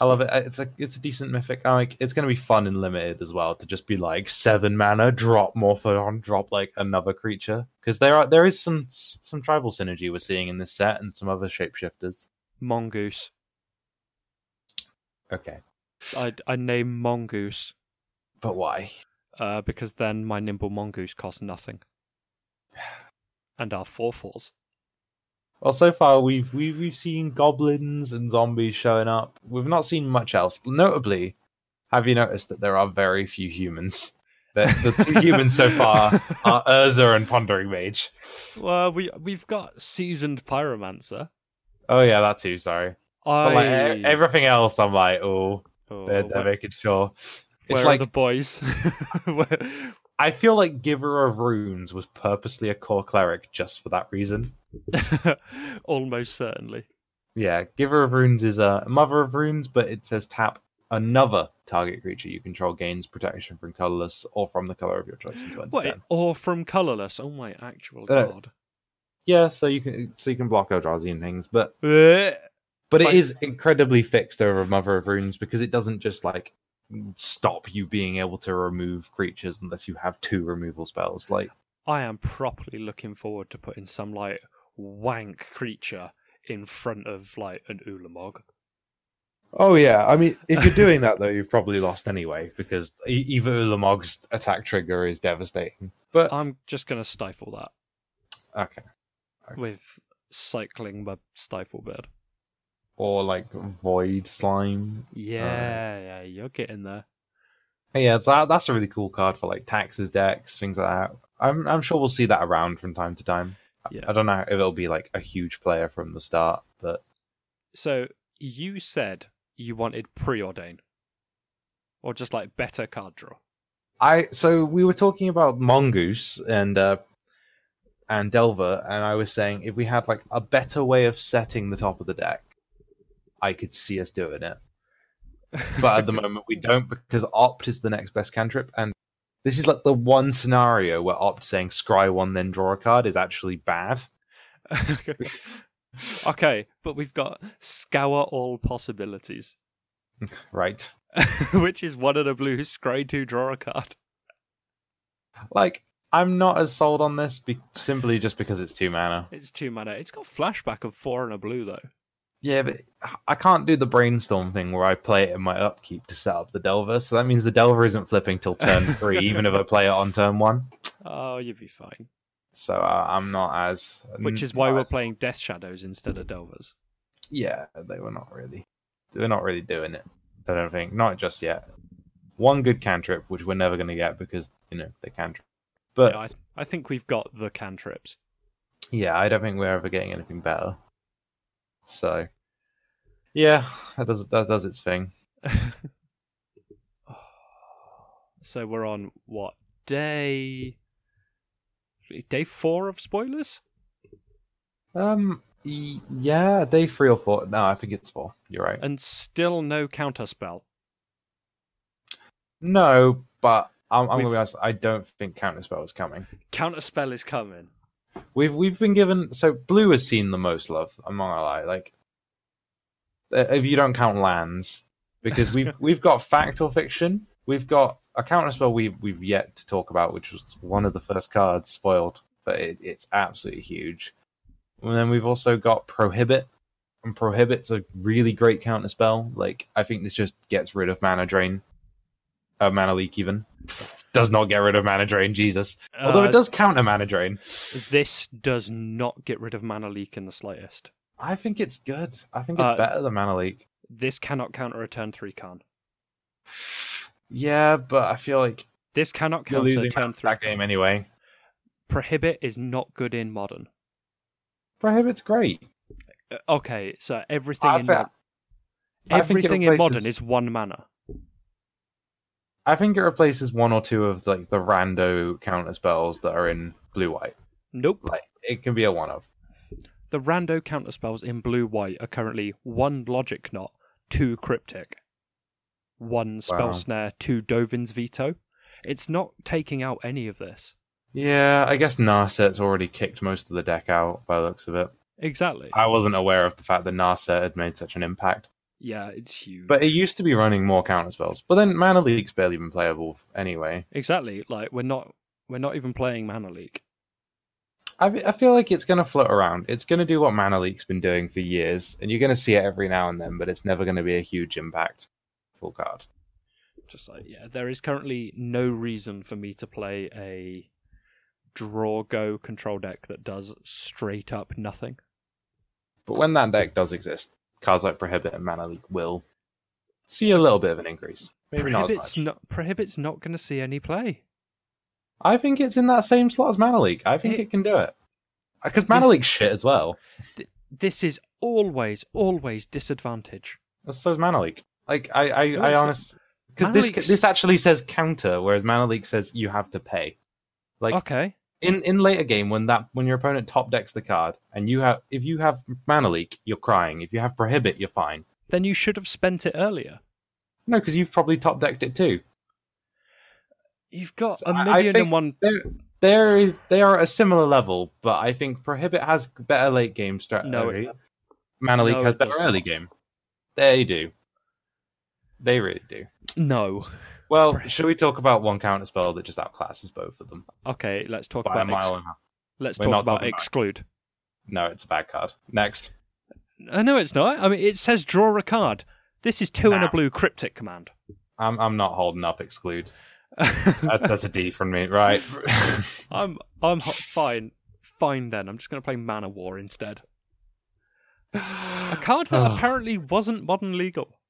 I love it. It's a it's a decent mythic. I like it's going to be fun and limited as well to just be like seven mana, drop Morphodon, drop like another creature because there are there is some some tribal synergy we're seeing in this set and some other shapeshifters.
mongoose.
Okay,
I I name mongoose
but why?
uh, because then my nimble mongoose costs nothing, and our four fours.
Well, so far we've we've we've seen goblins and zombies showing up. We've not seen much else. Notably, have you noticed that there are very few humans? The, the two humans so far are Urza and Pondering Mage.
Well, we we've got seasoned pyromancer.
Oh yeah, that too. Sorry.
I
But, like, e- everything else, I'm like, oh,
Oh,
they're, they're
where,
making sure. It's
where
like
are the boys? Where-
I feel like Giver of Runes was purposely a core cleric just for that reason.
Almost certainly.
Yeah, Giver of Runes is a Mother of Runes, but it says tap another target creature you control gains protection from colorless or from the color of your choice into
Wait,
end.
or from colorless. Oh my actual
Uh,
god.
Yeah, so you can so you can block Eldrazi and things, but
Eh.
But it
Like-
is incredibly fixed over Mother of Runes because it doesn't just like stop you being able to remove creatures unless you have two removal spells. Like,
I am properly looking forward to putting some like wank creature in front of like an Ulamog.
oh yeah, I mean, if you're doing that though, you've probably lost anyway because e- even Ulamog's attack trigger is devastating. But
I'm just gonna stifle that
okay,
with cycling my stifle bird.
or like Void Slime.
Yeah, yeah, you're getting there.
Yeah, it's, that, that's a really cool card for like taxes decks, things like that. I'm I'm sure we'll see that around from time to time. I-
Yeah.
I don't know if it'll be like a huge player from the start, but
So you said you wanted preordain, or just like better card draw.
I so we were talking about mongoose and uh and Delver, and I was saying if we had like a better way of setting the top of the deck, I could see us doing it. But at the moment we don't because opt is the next best cantrip, and this is like the one scenario where opt saying scry one then draw a card is actually bad.
okay, but we've got scour all possibilities,
Right.
which is one of the blues. Scry two, draw a card.
Like I'm not as sold on this be- simply just because it's two mana.
It's two mana. It's got flashback of four and a blue though.
Yeah, but I can't do the brainstorm thing where I play it in my upkeep to set up the Delver. So that means the Delver isn't flipping till turn three, even if I play it on turn one.
Oh, you'd be fine.
So uh, I'm not as.
Which is why
Mm, not
we're
as-
playing Death Shadows instead of Delvers.
Yeah, they were not really. They were not really doing it. I don't think. Not just yet. One good cantrip, which we're never going to get because you know they cantrip. But
Yeah, I, th- I think we've got the cantrips.
Yeah, I don't think we're ever getting anything better. So, yeah, that does that does its thing.
So we're on what day? Day four of spoilers.
Um, y- yeah, day three or four. No, I think it's four. You're right.
and still no counterspell.
No, but I'm, I'm
We've-
gonna be honest. I don't think Counterspell is coming.
Counterspell is coming.
We've we've been given so blue has seen the most love. I'm not gonna lie. Like, uh, if you don't count lands, because we've we've got fact or fiction. We've got a Counterspell we've we've yet to talk about, which was one of the first cards spoiled, but it, it's absolutely huge. And then we've also got prohibit. And prohibit's a really great counterspell. Like I think this just gets rid of mana drain, uh, mana leak even. does not get rid of mana drain. Jesus, although
Uh,
it does counter mana drain.
This does not get rid of mana leak in the slightest.
I think it's good. I think it's
Uh,
better than mana leak.
This cannot counter a turn three con.
Yeah, but I feel like
This cannot
you're
counter
losing
a turn
that,
three.
that game anyway.
Prohibit is not good in modern.
Prohibit's great.
Uh, Okay, so everything
I
in
thi-
mod-
I think it
everything in modern
replaces-
is one mana.
I think it replaces one or two of like the rando counter spells that are in blue white.
Nope.
Like it can be a one of.
The rando counterspells in blue white are currently one logic knot, two cryptic, one spell
Wow.
snare, two Dovin's veto. It's not taking out any of this.
Yeah, I guess Narset's already kicked most of the deck out by the looks of it.
Exactly.
I wasn't aware of the fact that Narset had made such an impact.
yeah, it's huge.
But it used to be running more counter spells. But then Mana Leak's barely been playable anyway.
exactly. Like we're not we're not even playing mana leak.
I, I feel like it's going to float around. It's going to do what Mana Leak's been doing for years, and you're going to see it every now and then, but it's never going to be a huge impact. Full card.
Just like yeah, there is currently no reason for me to play a draw go control deck that does straight up nothing.
But when that deck does exist, cards like Prohibit and Mana Leak will see a little bit of an increase. Maybe not as
Prohibit's
much.
not Prohibit's not going to see any play.
I think it's in that same slot as Mana Leak. I think
It-
it, can do it. Because Mana
This-
Leak's shit as well.
This is always always disadvantage.
So is Mana Leak. Like I, I,
No,
I
it's-
honest because
Mana
this
Leak's-
this actually says counter, whereas Mana Leak says you have to pay. Like
okay.
in in later game when that when your opponent top decks the card and you have if you have Mana Leak, you're crying. If you have Prohibit, you're fine.
Then you should have spent it earlier.
No, because you've probably top decked it too.
You've got
So
a
I- I
million and one.
think There, there is they are at a similar level, but I think Prohibit has better late game strategy.
No, it-
Mana Leak
no,
has
it
better
doesn't.
early game. They do. They really do.
No.
Well,
Right.
should we talk about one counter spell that just outclasses both of them
Okay, let's talk
by a
about ex-
mile and a half?
let's
We're
talk
not
about
talking about-
exclude.
No, it's a bad card. Next,
Uh, no, it's not. I mean, it says draw a card. This is two and a
Nah.
blue cryptic command.
I'm I'm not holding up. Exclude. That, that's a D from me, right?
I'm I'm ho- fine, fine. Then I'm just going to play Mana War instead. A card that
Oh.
apparently wasn't modern legal.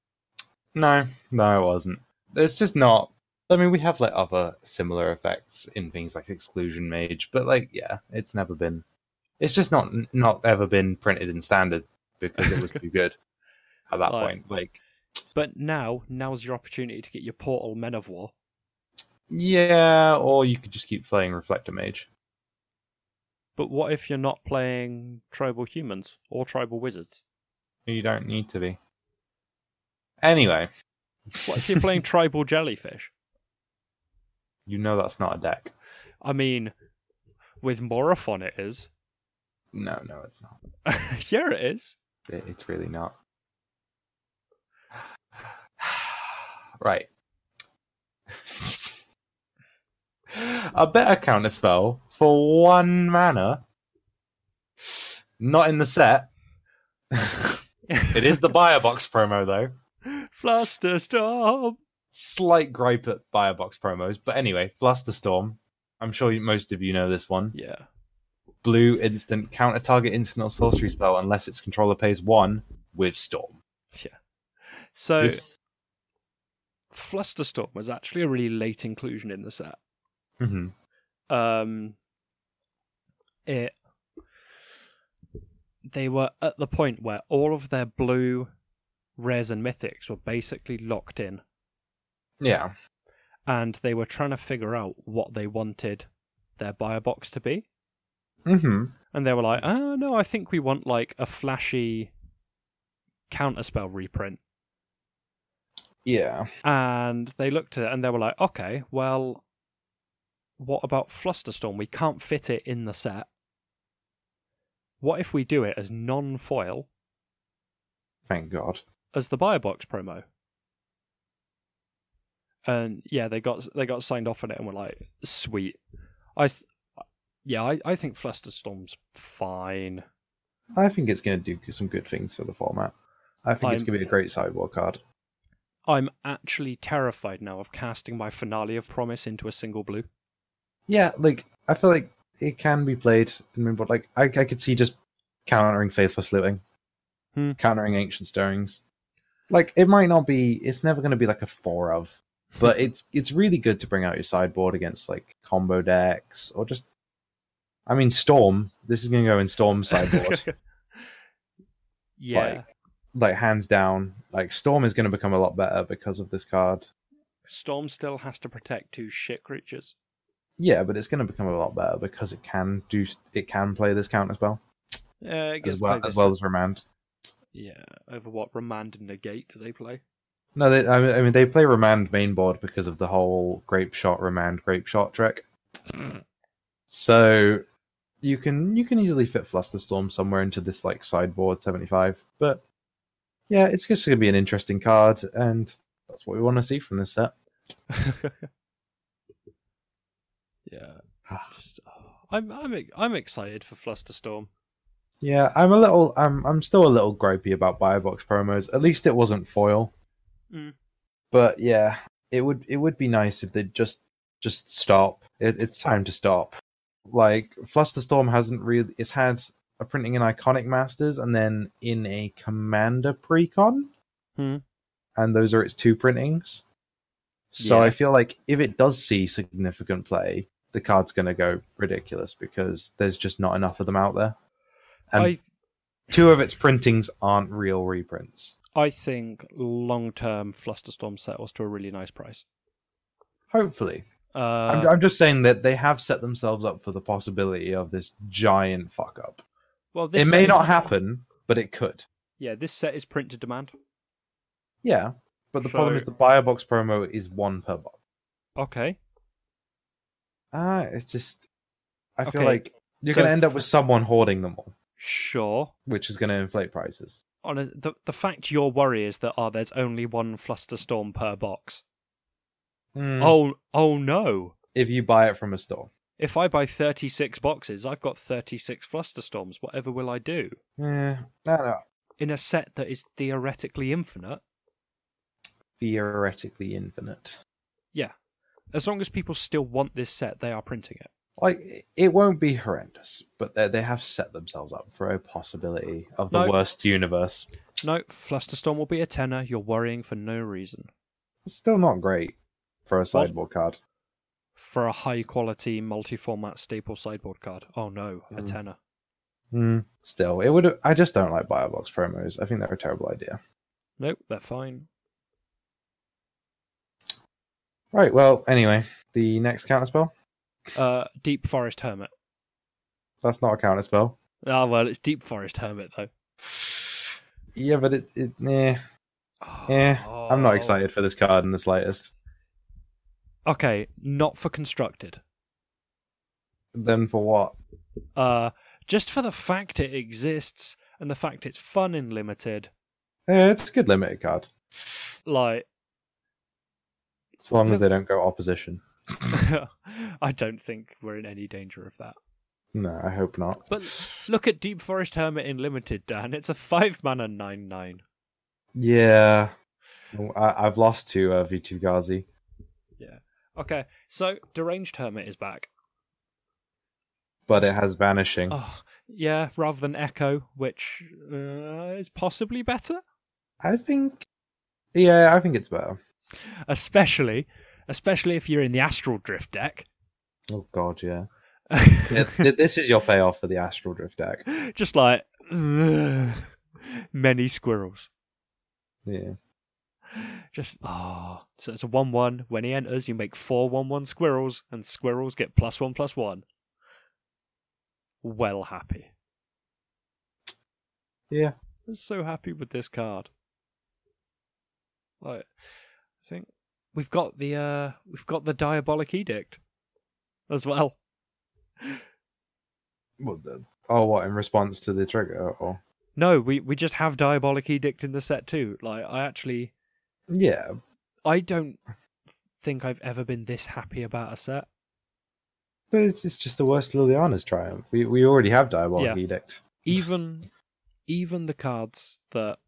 no, no, it wasn't. It's just not. I mean, we have like other similar effects in things like Exclusion Mage, but like, yeah, it's never been. It's just not not ever been printed in standard because it was too good at that
Right.
point. Like,
But now, now's your opportunity to get your portal Men of War.
yeah, or you could just keep playing Reflector Mage.
But what if you're not playing tribal humans or tribal wizards?
You don't need to be. Anyway,
What if you're playing tribal jellyfish?
you know that's not a deck.
I mean, with Morophon it is.
No, no, it's not.
yeah, it is.
It- it's really not. right. a better counter spell for one mana. Not in the set. It is the buyer box promo though.
Fluster Storm.
Slight gripe at buyer box promos, but anyway, Flusterstorm. I'm sure you- most of you know this one.
Yeah.
blue instant counter target instant or sorcery spell unless its controller pays one with storm.
Yeah. So
This-
Fluster Storm was actually a really late inclusion in the set.
Mhm.
Um it they were at the point where all of their blue rares and mythics were basically locked in
Yeah.
and they were trying to figure out what they wanted their buyer box to be.
hmm
and they were like, "Oh no, I think we want like a flashy counterspell reprint."
Yeah.
And they looked at it and they were like, "Okay, well, what about Flusterstorm? We can't fit it in the set. What if we do it as non-foil
Thank God.
as the buyer box promo?" And yeah, they got they got signed off on it and were like, "Sweet, I." Th- yeah, I, I think Flusterstorm's fine.
I think it's going to do some good things for the format. I think it's
I'm-
going to be a great sideboard card.
I'm actually terrified now of casting my finale of promise into a single blue.
Yeah, like I feel like it can be played in Moonboard. Like I, I could see just countering Faithless Looting,
Hmm.
countering Ancient Stirrings. Like it might not be. It's never going to be like a four of, but it's it's really good to bring out your sideboard against like combo decks or just. I mean, Storm. This is going to go in Storm sideboard.
yeah.
Like, like hands down, like Storm is going to become a lot better because of this card.
Storm still has to protect two shit creatures.
Yeah, but it's going to become a lot better because it can do. It can play this counter spell
Uh, it gets
as well
played
as
this-
well as Remand.
Yeah, over what Remand and Negate do they play?
No, they, I mean- I mean they play Remand main board because of the whole grape shot Remand grape shot trick. So you can you can easily fit Flusterstorm somewhere into this like sideboard seventy five. But yeah, it's just going to be an interesting card, and that's what we want to see from this set.
yeah. Just, oh, I'm I'm I'm excited for Flusterstorm.
Yeah, I'm a little, I'm, I'm still a little gripey about Biobox promos. At least it wasn't foil.
Mm.
But yeah, it would, it would be nice if they just, just stop. It, it's time to stop. Like Flusterstorm hasn't really, it's had a printing in Iconic Masters and then in a Commander precon,
Hmm.
and those are its two printings. So
Yeah.
I feel like if it does see significant play, the card's going to go ridiculous because there's just not enough of them out there. And
I
two of its printings aren't real reprints.
I think long term Flusterstorm settles to a really nice price.
Hopefully,
Uh,
I'm, I'm just saying that they have set themselves up for the possibility of this giant fuck up.
well, this
it may
set
not
is,
happen, but it could.
Yeah, this set is print to demand.
Yeah, but the
So-
problem is the buyer box promo is one per box.
Okay.
Ah, it's just I feel
Okay,
like you're
so
going to end
f-
up with someone hoarding them all,
Sure.
which is going to inflate prices.
On a, the the fact your worry is that oh, there's only one Flusterstorm per box.
Hmm,
Oh oh no.
If you buy it from a store,
If I buy 36 boxes, I've got 36 Flusterstorms. Whatever will I do?
yeah, I don't know.
In a set that is theoretically infinite,
theoretically infinite.
yeah. As long as people still want this set, they are printing it.
like it won't be horrendous, but they they have set themselves up for a possibility of the
No.
worst universe.
No, Flusterstorm will be a tenner. You're worrying for no reason.
It's still not great for a sideboard card.
For a high quality multi format staple sideboard card. Oh no, a
Mm.
tenner.
Hmm. Still, it would. I just don't like Biobox promos. I think they're a terrible idea.
Nope, they're fine.
Right. Well, anyway, the next counter spell.
Uh, Deep Forest Hermit.
That's not a counter spell.
Ah, well, it's Deep Forest Hermit, though.
Yeah, but it. it eh, eh. I'm not
Oh.
excited for this card in the slightest.
Okay, not for constructed.
Then for what?
Uh, just for the fact it exists and the fact it's fun in limited.
Eh, it's a good limited card,
Like,
so long as they don't go opposition.
I don't think we're in any danger of that.
No, I hope not.
But look at Deep Forest Hermit in limited, Dan. It's a five mana nine nine.
Yeah, I, I've lost to uh, V2 Ghazi.
Okay, so deranged hermit is back.
but it
Just-
has vanishing.
Oh, yeah, rather than echo, which uh, is possibly better,
I think, yeah, I think it's better.
especially, especially if you're in the astral drift deck.
Oh god, yeah. Yeah, th- this is your payoff for the Astral Drift deck.
Just like many squirrels.
Yeah,
Just ah, so it's a one-one. When he enters, you make four one-one squirrels, and squirrels get plus one plus one. Well, happy.
yeah.
I'm so happy with this card. Like, I think we've got the uh, we've got the diabolic edict as well.
What the- oh, what in response to the trigger? Or
No, we we just have diabolic edict in the set too. Like, I actually
yeah,
I don't think I've ever been this happy about a set.
but it's, it's just the worst Liliana's triumph. We we already have Diabolic
Yeah.
Edict.
even even the cards that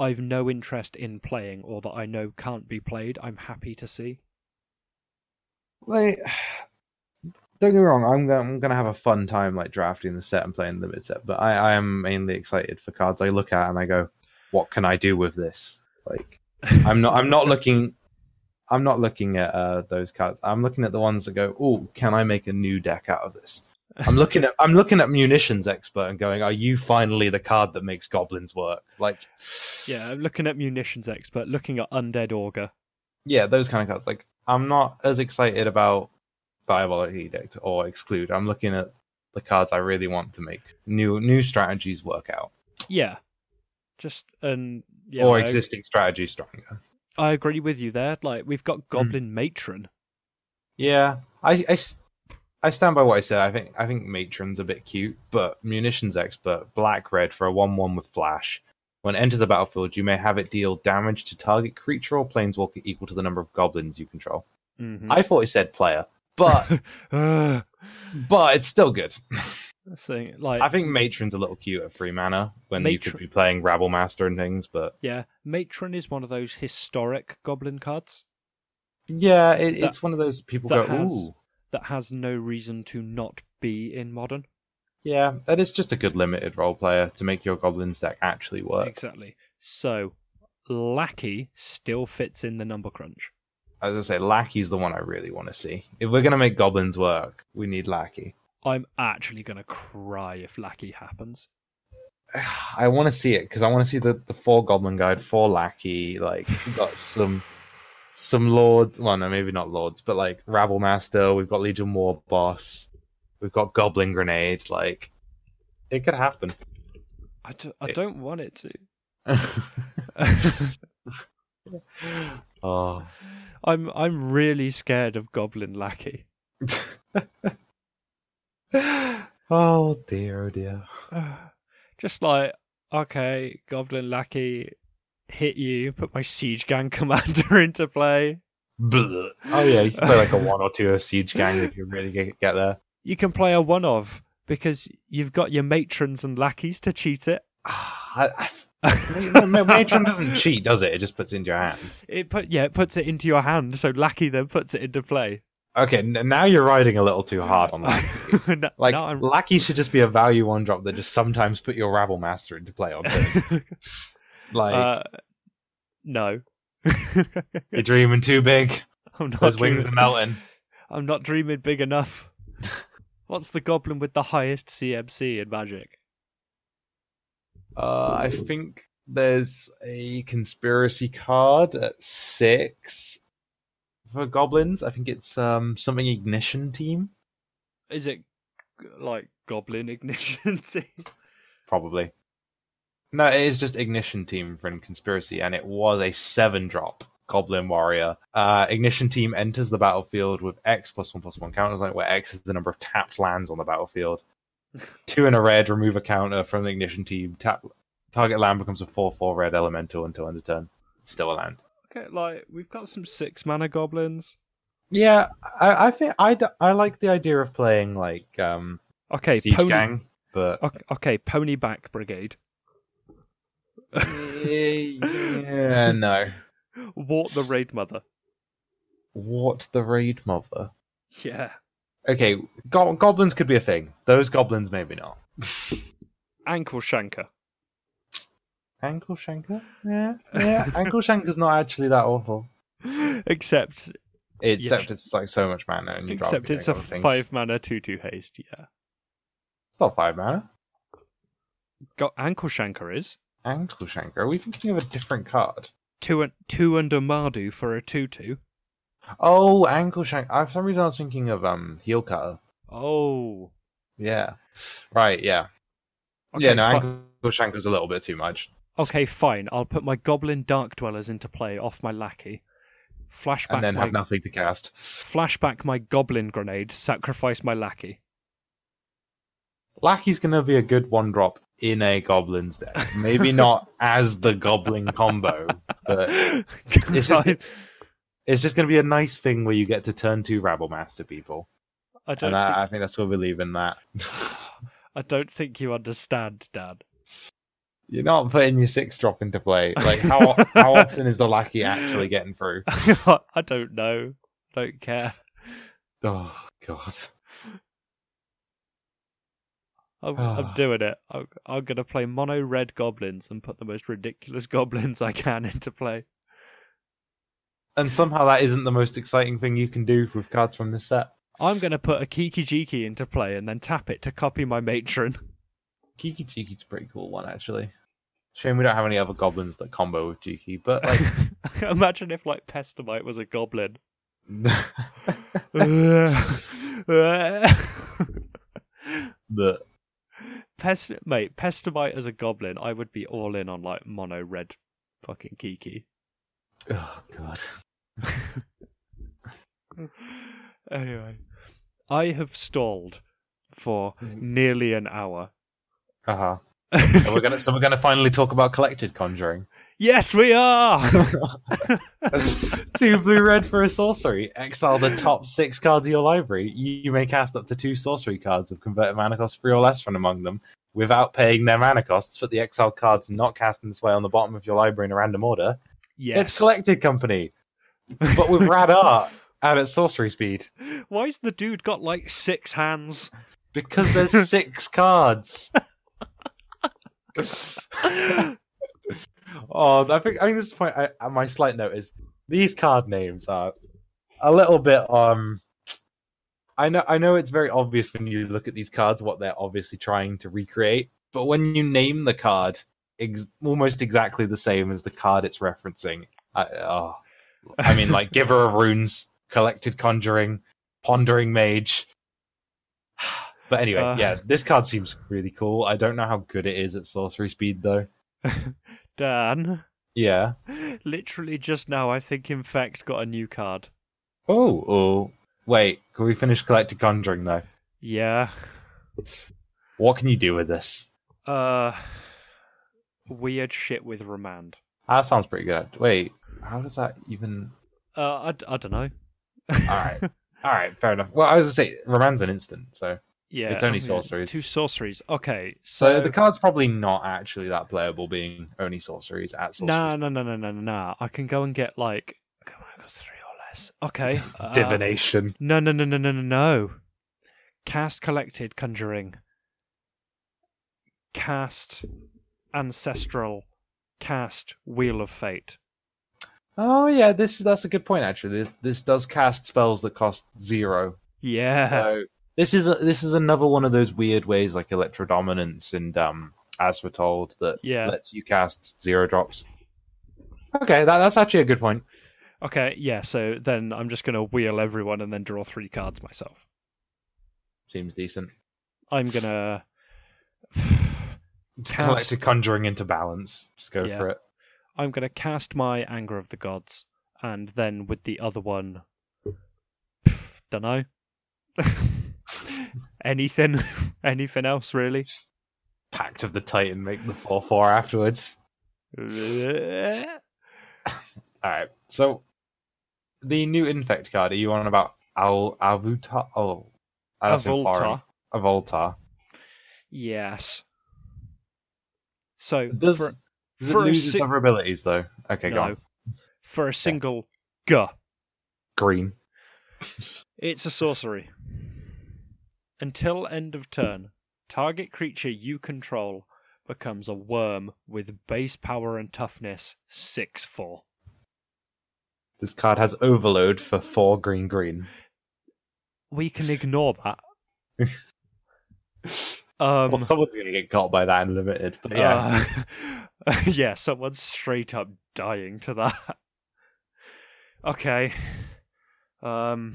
I've no interest in playing or that I know can't be played, I'm happy to see.
Like, don't get me wrong, I'm going, I'm going to have a fun time like drafting the set and playing the limited set, but I, I am mainly excited for cards I look at and I go, what can I do with this? Like, I'm not, I'm not looking, I'm not looking at uh, those cards. I'm looking at the ones that go, oh, can I make a new deck out of this? I'm looking at, I'm looking at munitions expert and going, are you finally the card that makes goblins work? Like,
Yeah, I'm looking at munitions expert, looking at undead auger.
yeah, those kind of cards. Like I'm not as excited about Diabolic Edict or Exclude. I'm looking at the cards I really want to make new new strategies work out
Yeah, just and yeah,
or
I,
existing strategies stronger.
I agree with you there. Like we've
Hmm.
got Goblin Matron.
Yeah, I, I s- I stand by what I said. I think I think Matron's a bit cute, but Munitions Expert black red for a one one with flash. When it enters the battlefield, you may have it deal damage to target creature or planeswalker equal to the number of goblins you control.
Mm-hmm.
I thought it said player, but but it's still good.
saying like
I think Matron's a little cute at free mana when you
Matron-
could be playing Rabble Master and things, but
yeah, Matron is one of those historic Goblin cards
yeah, it,
That-
it's one of those people go,
that has-
ooh,
that has no reason to not be in modern.
yeah, and it's just a good limited role player to make your goblins deck actually work.
Exactly. So Lackey still fits in the number crunch.
As I say, Lackey's the one I really want to see. If we're gonna make goblins work, we need Lackey.
I'm actually gonna cry if Lackey happens.
I want to see it because I want to see the the four goblin guide, four Lackey, like got some. Some lords, well, no, maybe not lords, but like Rabble Master. We've got Legion War Boss. We've got Goblin Grenade. Like, it could happen.
I, d- I don't want it to.
oh,
I'm I'm really scared of Goblin Lackey.
oh dear, oh dear.
Just like okay, Goblin Lackey hit you, put my siege gang commander into play.
Bleh. Oh yeah, you can play like a one or two of siege gang if you really get, get there.
You can play a one of because you've got your matrons and lackeys to cheat it.
I, I, Ma- Ma- Matron doesn't cheat, does it? It just puts it into your hand.
It put yeah, it puts it into your hand, so lackey then puts it into play.
Okay, n- now you're riding a little too hard on that.
No-
Like
now I'm-
Lackey should just be a value one drop that just sometimes put your Rabble Master into play on. turn. Like
uh, no.
you're dreaming too big.
I'm not
Those
doing
wings
it.
are melting.
I'm not dreaming big enough. What's the goblin with the highest CMC in Magic?
Uh, I think there's a conspiracy card at six for goblins. I think it's um something ignition team,
Is it g- like goblin ignition team?
probably. No, it is just ignition team from conspiracy, and it was a seven drop goblin warrior. Uh, ignition team enters the battlefield with X plus one plus one counters on it, where X is the number of tapped lands on the battlefield. Two and a red, remove a counter from the ignition team. Tap target land becomes a four four red elemental until end of turn. It's still a land.
Okay, like we've got some six mana goblins.
Yeah, I, I think I, d- I like the idea of playing like um
Okay,
Siege
pony.
Gang, but
Okay, okay, pony back brigade.
Eh, yeah, no.
Wart the raid mother.
What the raid mother?
Yeah,
Okay, go- goblins could be a thing. Those goblins maybe not.
ankle shanker.
Ankle Shanker? Yeah, yeah. Ankle Shanker's not actually that awful.
Except,
Except it's like so much mana, and you
except it's a five mana two two haste. Yeah,
It's not five mana.
got ankle shanker is
Ankle Shanker. Are we thinking of a different card?
two and two under Mardu for a two two.
Oh, Ankle Shanker. For some reason, I was thinking of um Heel Cutter.
Oh,
Yeah. Right. Yeah.
okay,
yeah, no,
fi-
Ankle Shanker's a little bit too much.
Okay, fine. I'll put my Goblin Dark Dwellers into play off my lackey. Flashback
And then
my
have nothing to cast.
flashback my Goblin Grenade. Sacrifice my lackey.
Lackey's going to be a good one drop in a Goblin's deck. Maybe not as the Goblin combo, but it's just,
Right.
it's just going to be a nice thing where you get to turn two Rabble Master people.
I don't.
And
think,
I, I think that's where we leave in that.
I don't think you understand, Dad.
You're not putting your six drop into play. Like how how often is the lackey actually getting through?
I don't know. Don't care.
Oh god.
I'm, I'm doing it. I'm, I'm going to play mono red goblins and put the most ridiculous goblins I can into play.
And somehow that isn't the most exciting thing you can do with cards from this set.
I'm going to put a Kiki Jiki into play and then tap it to copy my matron.
Kiki Jiki's a pretty cool one actually. Shame we don't have any other goblins that combo with Jiki, but like
Imagine if, like, Pestamite was a goblin. Pest,
the
mate, Pestamite as a goblin, I would be all in on like mono red fucking Kiki.
oh god.
anyway, I have stalled for nearly an hour.
Uh huh. So we're gonna so we're gonna finally talk about collected conjuring.
yes, we are.
two blue red for a sorcery. Exile the top six cards of your library. You may cast up to two sorcery cards of converted mana cost three or less from among them without paying their mana costs. Put the exiled cards not cast in this way on the bottom of your library in a random order.
yes.
It's collected company, but with rad art and at sorcery speed
Why's the dude got like six hands?
because there's six cards. Oh, I think I think this is point. I, uh, my slight note is these card names are a little bit. Um, I know I know it's very obvious when you look at these cards what they're obviously trying to recreate, but when you name the card ex- almost exactly the same as the card it's referencing, I, oh, I mean like Giver of Runes, Collected Conjuring, Pondering Mage. But anyway,
Uh.
yeah, this card seems really cool. I don't know how good it is at sorcery speed though.
Dan,
Yeah.
literally just now, I think in fact got a new card.
Oh, oh. Wait, can we finish collected conjuring though?
Yeah.
What can you do with this?
Uh, weird shit with remand.
That sounds pretty good. Wait, how does that even?
Uh, I, d- I don't know.
All right, all right, fair enough. Well, I was gonna say Roman's an instant, so
Yeah,
It's only
I mean,
sorceries.
Two sorceries. Okay,
so
so,
the card's probably not actually that playable, being only sorceries at sorceries.
nah, nah, nah, nah, nah, nah, nah. I can go and get like come on, I've got three or less. Okay, uh,
Divination.
No, no, no, no, no, no, no. Cast collected conjuring. Cast ancestral. Cast wheel of fate.
Oh yeah, this is that's a good point actually. This, this does cast spells that cost zero.
Yeah,
So this is a, this is another one of those weird ways, like electro dominance and um, as we're told that
yeah.
lets you cast zero drops. Okay, that, that's actually a good point.
Okay, yeah. So then I'm just gonna wheel everyone and then draw three cards myself.
Seems decent.
I'm gonna.
Just
Cast-
Collected conjuring into balance. Just go
Yeah.
for it.
I'm going to cast my Anger of the Gods, and then with the other one, dunno. anything, anything else really?
Pact of the Titan, make the four four afterwards.
yeah,
All right. So the new infect card. Are you on about Al Avuta? Oh, that's in
Avulta.
foreign. Avulta.
yes. So
Does,
for,
does
for
it
a
lose
si-
its other abilities though? Okay, go
no,
on.
for a single guh,
Green.
it's a sorcery. Until end of turn, target creature you control becomes a worm with base power and toughness six four.
This card has overload for four green green.
we can ignore that. um,
well, someone's gonna get caught by that in limited. But yeah,
uh, yeah, someone's straight up dying to that. Okay. Um.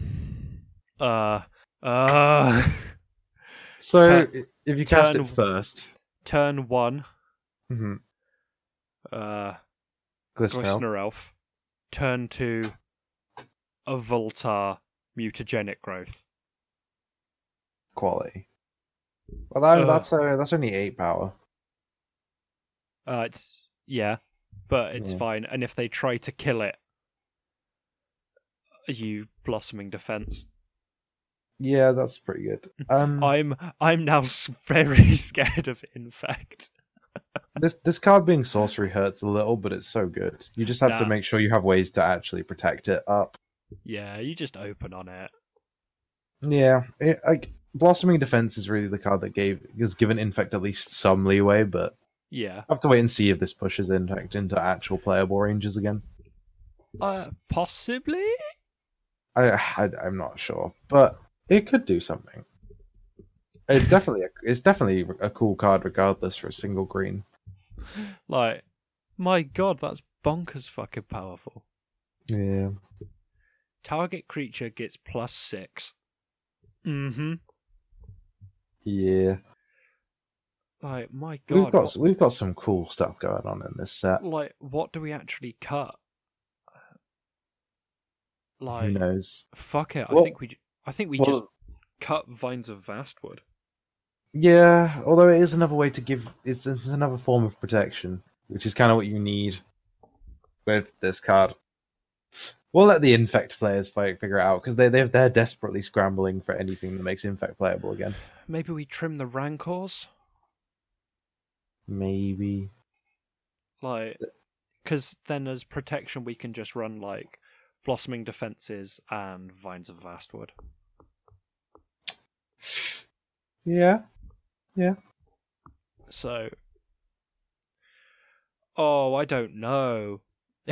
Uh. Uh.
So if you cast
turn-
it 1st
Turn one.
mm-hmm.
Uh. Glistener Elf. Turn two. A Voltar mutagenic growth.
quality. Well, that,
Ugh.
that's uh, that's only eight power.
Uh. It's yeah, but it's
Yeah.
fine. And if they try to kill it, you blossoming defense.
Yeah, that's pretty good. Um,
I'm I'm now s- very scared of infect.
This this card being sorcery hurts a little, but it's so good. You just have to
Nah.
make sure you have ways to actually protect it up.
Yeah, you just open on it.
Yeah, it, like blossoming defense is really the card that gave has given infect at least some leeway, but
Yeah.
I have to wait and see if this pushes infect into actual playable ranges again.
Uh, possibly?
I, I I'm not sure, but it could do something. It's definitely a, it's definitely a cool card, regardless for a single green.
Like, my god, that's bonkers fucking powerful.
Yeah,
Target creature gets plus six. Mm hmm.
yeah.
Like, my god.
We've got
what-
we've got some cool stuff going on in this set.
like what do we actually cut
Who
like
knows?
fuck it i
Well-
think we j- i think we
Well,
just cut vines of vastwood
yeah. Although it is another way to give it's, it's another form of protection, which is kind of what you need with this card. We'll let the infect players fi- figure it out because they they've, they're desperately scrambling for anything that makes infect playable again.
maybe we trim the rancors
Maybe.
like because then as protection we can just run like blossoming defenses and vines of vastwood
Yeah.
so oh i don't know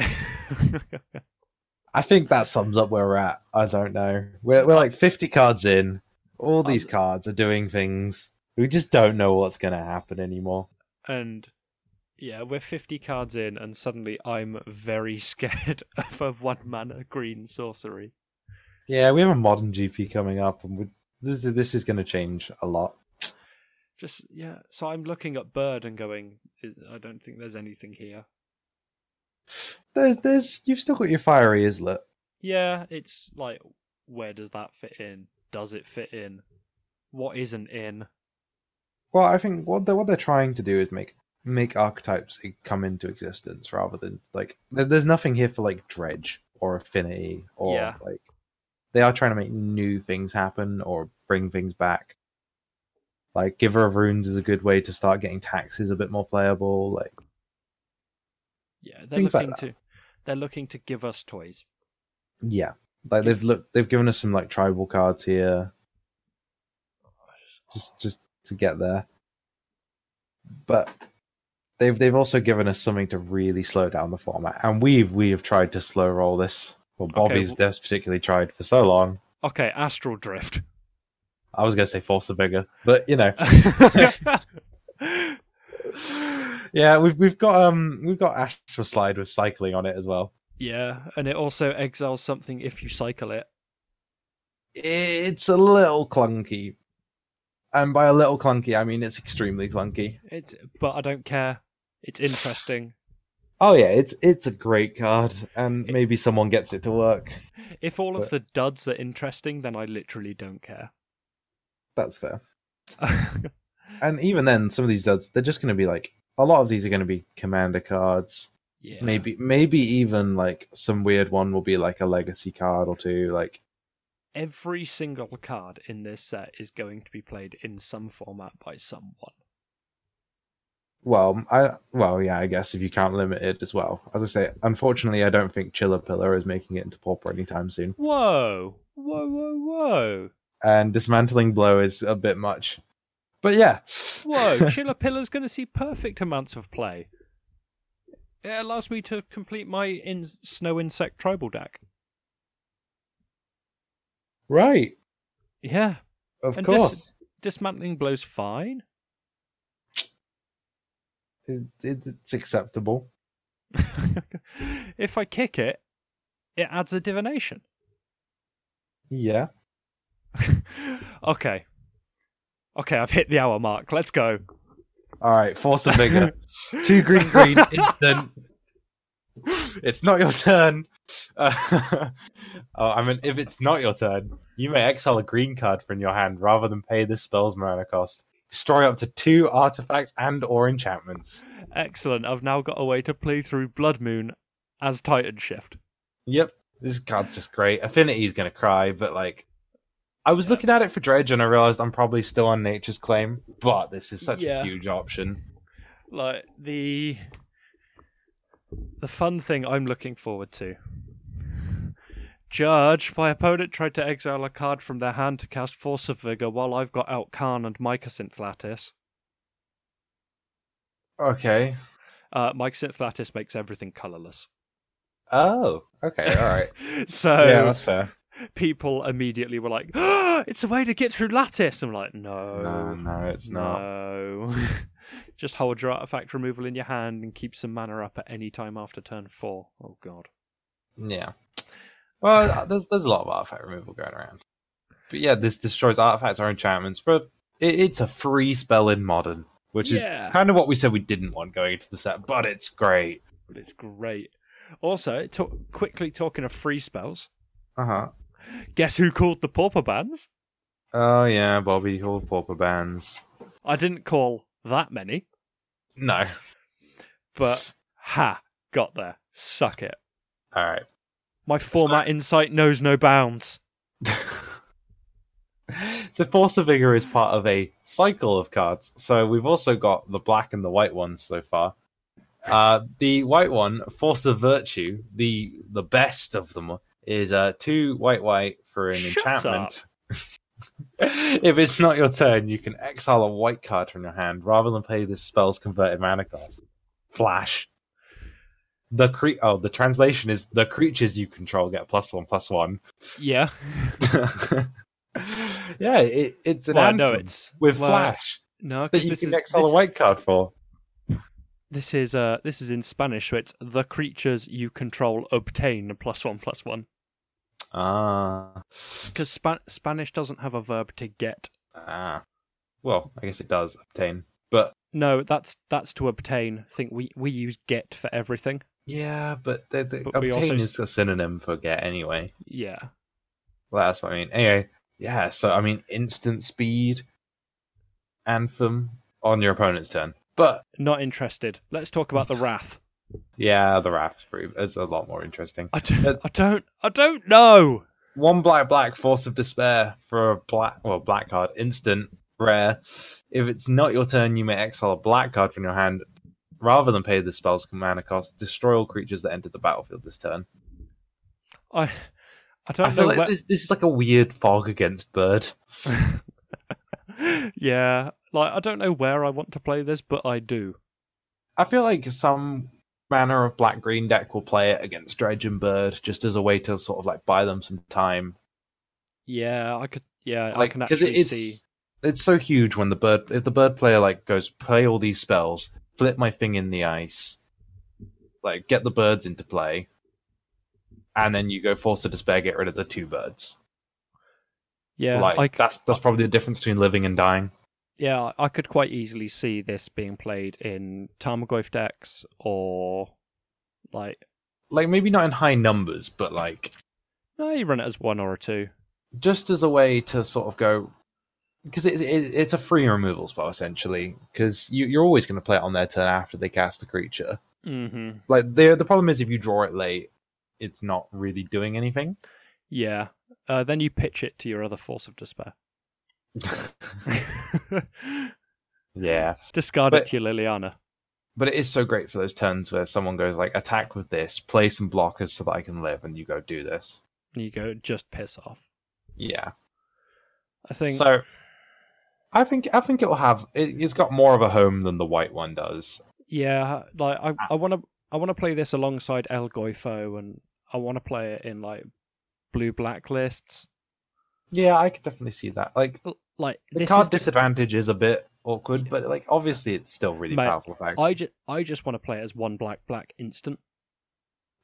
I think that sums up where we're at. I don't know. We're we're like fifty cards in. All these
Um,
cards are doing things. We just don't know what's going to happen anymore.
and yeah, we're 50 cards in, and suddenly I'm very scared of a one mana green sorcery.
Yeah, we have a modern GP coming up, and we, this, this is going to change a lot.
Just, yeah, so I'm looking at Bird and going, "I- I don't think there's anything here.
There's, there's, you've still got your fiery islet.
Yeah, it's like, where does that fit in? Does it fit in? What isn't in?
Well, I think what they're, what they're trying to do is make make archetypes e, come into existence rather than like there's, there's nothing here for like dredge or affinity or
Yeah.
like they are trying to make new things happen or bring things back. Like Giver of Runes is a good way to start getting taxes a bit more playable. Like
Yeah, they're
Things like
looking to. They're looking to give us toys.
yeah, like they've looked they've given us some like tribal cards here, just just to get there. But they've they've also given us something to really slow down the format, and we've we have tried to slow roll this. Well, Bobby's
w-
des particularly tried for so long.
Okay, Astral Drift.
I was going to say Force of Vigor, but you know, yeah, we've we've got um we've got Astral Slide with cycling on it as well.
yeah, and it also exiles something if you cycle it.
It's a little clunky, and by a little clunky, I mean it's extremely clunky.
It's but I don't care. It's interesting.
Oh yeah, it's it's a great card, and
It-
maybe someone gets it to work.
If all of
But-
the duds are interesting, then I literally don't care.
That's fair. And even then, some of these duds, they're just going to be like a lot of these are going to be commander cards.
yeah.
Maybe maybe even like some weird one will be like a legacy card or two. Like
every single card in this set is going to be played in some format by someone.
well, I well yeah, I guess if you count limited as well. As I say, unfortunately, I don't think Chiller Pillar is making it into pauper anytime soon.
Whoa. Whoa, whoa, whoa.
And dismantling blow is a bit much. But yeah,
Whoa, Chiller Pillar's going to see perfect amounts of play. It allows me to complete my in- snow insect tribal deck.
right,
Yeah.
of
And dis-
course.
Dismantling blows fine.
It, it, it's acceptable.
if I kick it, it adds a divination.
Yeah.
okay. Okay, I've hit the hour mark. Let's go.
All right, force of vigor. Two green, green, instant. It's not your turn. Uh, oh, I mean, if it's not your turn, you may exile a green card from your hand rather than pay this spell's mana cost. Destroy up to two artifacts and/or enchantments.
Excellent. I've now got a way to play through Blood Moon as Titan Shift.
Yep, this card's just great. Affinity is gonna cry, but like, I was looking at it for Dredge and I realized I'm probably still on Nature's Claim, but this is such
Yeah.
a huge option.
like the the fun thing I'm looking forward to. Judge, my opponent tried to exile a card from their hand to cast Force of Vigor while I've got out Khan and Micah Synth Lattice.
Okay.
Uh, Micah Synth Lattice makes everything colorless.
Oh, okay. All right.
So
yeah, that's fair.
people immediately were like, "Ah, it's a way to get through Lattice. I'm like, no.
No, no, it's not.
No. Just hold your artifact removal in your hand and keep some mana up at any time after turn four. Oh, God.
Yeah. Well, uh, there's there's a lot of artifact removal going around. But yeah, this destroys artifacts or enchantments. For it, it's a free spell in modern, which
Yeah.
is kind of what we said we didn't want going into the set, but it's great.
But it's great. Also, to- quickly talking of free spells,
Uh
Uh-huh.
huh.
guess who called the pauper bands?
Oh yeah, Bobby called pauper bands.
I didn't call that many,
No.
but ha, got there. Suck it.
All right.
My format insight knows no bounds.
so force of vigor is part of a cycle of cards so we've also got the black and the white ones so far uh the white one force of virtue the the best of them is uh two white white for an
Shut
enchantment if it's not your turn you can exile a white card from your hand rather than play this spell's converted mana cost flash the cre- oh the translation is the creatures you control get plus one plus one
Yeah.
yeah, it, it's an
Well, I know
anthem
it's
with
well,
Flash
No, 'cause
that you
this
can
is,
exile
this,
a white card for.
this is uh this is in Spanish, so it's the creatures you control obtain plus one plus one.
Ah,
Because Spa- Spanish doesn't have a verb to get.
ah. Well, I guess it does obtain, but
No, that's that's to obtain. I think we we use get for everything.
yeah, but the, the
But we
obtain
also
is a synonym for get anyway.
Yeah.
Well, that's what I mean. Anyway, yeah. So I mean, instant speed anthem on your opponent's turn, but
Not interested. Let's talk about the wrath.
yeah, the raft's pretty. It's a lot more interesting.
I don't,
Uh,
I don't, I don't know.
one black black force of despair for a black well black card instant rare if it's not your turn you may exile a black card from your hand rather than pay the spell's mana cost destroy all creatures that enter the battlefield this turn
I, I don't
i feel
know.
like
where-
this, this is like a weird fog against bird
yeah, like I don't know where I want to play this, but I do.
i feel like some manner of black green deck will play it against dredge and bird just as a way to sort of like buy them some time
Yeah, I could. Yeah, I
like
can
'cause
actually
it's,
see.
it's so huge when the bird if the bird player like goes play all these spells flip my thing in the ice like get the birds into play and then you go force to despair get rid of the two birds
Yeah,
like
I, c-
that's that's probably the difference between living and dying
yeah, I could quite easily see this being played in Tarmogoyf decks or like
like maybe not in high numbers but like
no, you run it as one or a two.
just as a way to sort of go because it, it, it's a free removal spell essentially because you, you're always going to play it on their turn after they cast a creature
Mm-hmm.
like the the problem is if you draw it late, it's not really doing anything.
Yeah. Uh, then you pitch it to your other force of despair.
yeah,
Discard it
But-
to your Liliana.
but it is so great for those turns where someone goes like attack with this, play some blockers so that I can live, and you go do this.
And you go, just piss off.
Yeah,
I think.
so. I think I think it will have it, it's got more of a home than the white one does.
Yeah, like I, I want to, I want to play this alongside El Goifo, and I want to play it in like blue black lists.
Yeah, I could definitely see that. Like
L- Like
the
this
card
is the-
disadvantage is a bit awkward, but like obviously it's still really
Mate,
powerful effect.
I just, I just want to play it as one black black instant.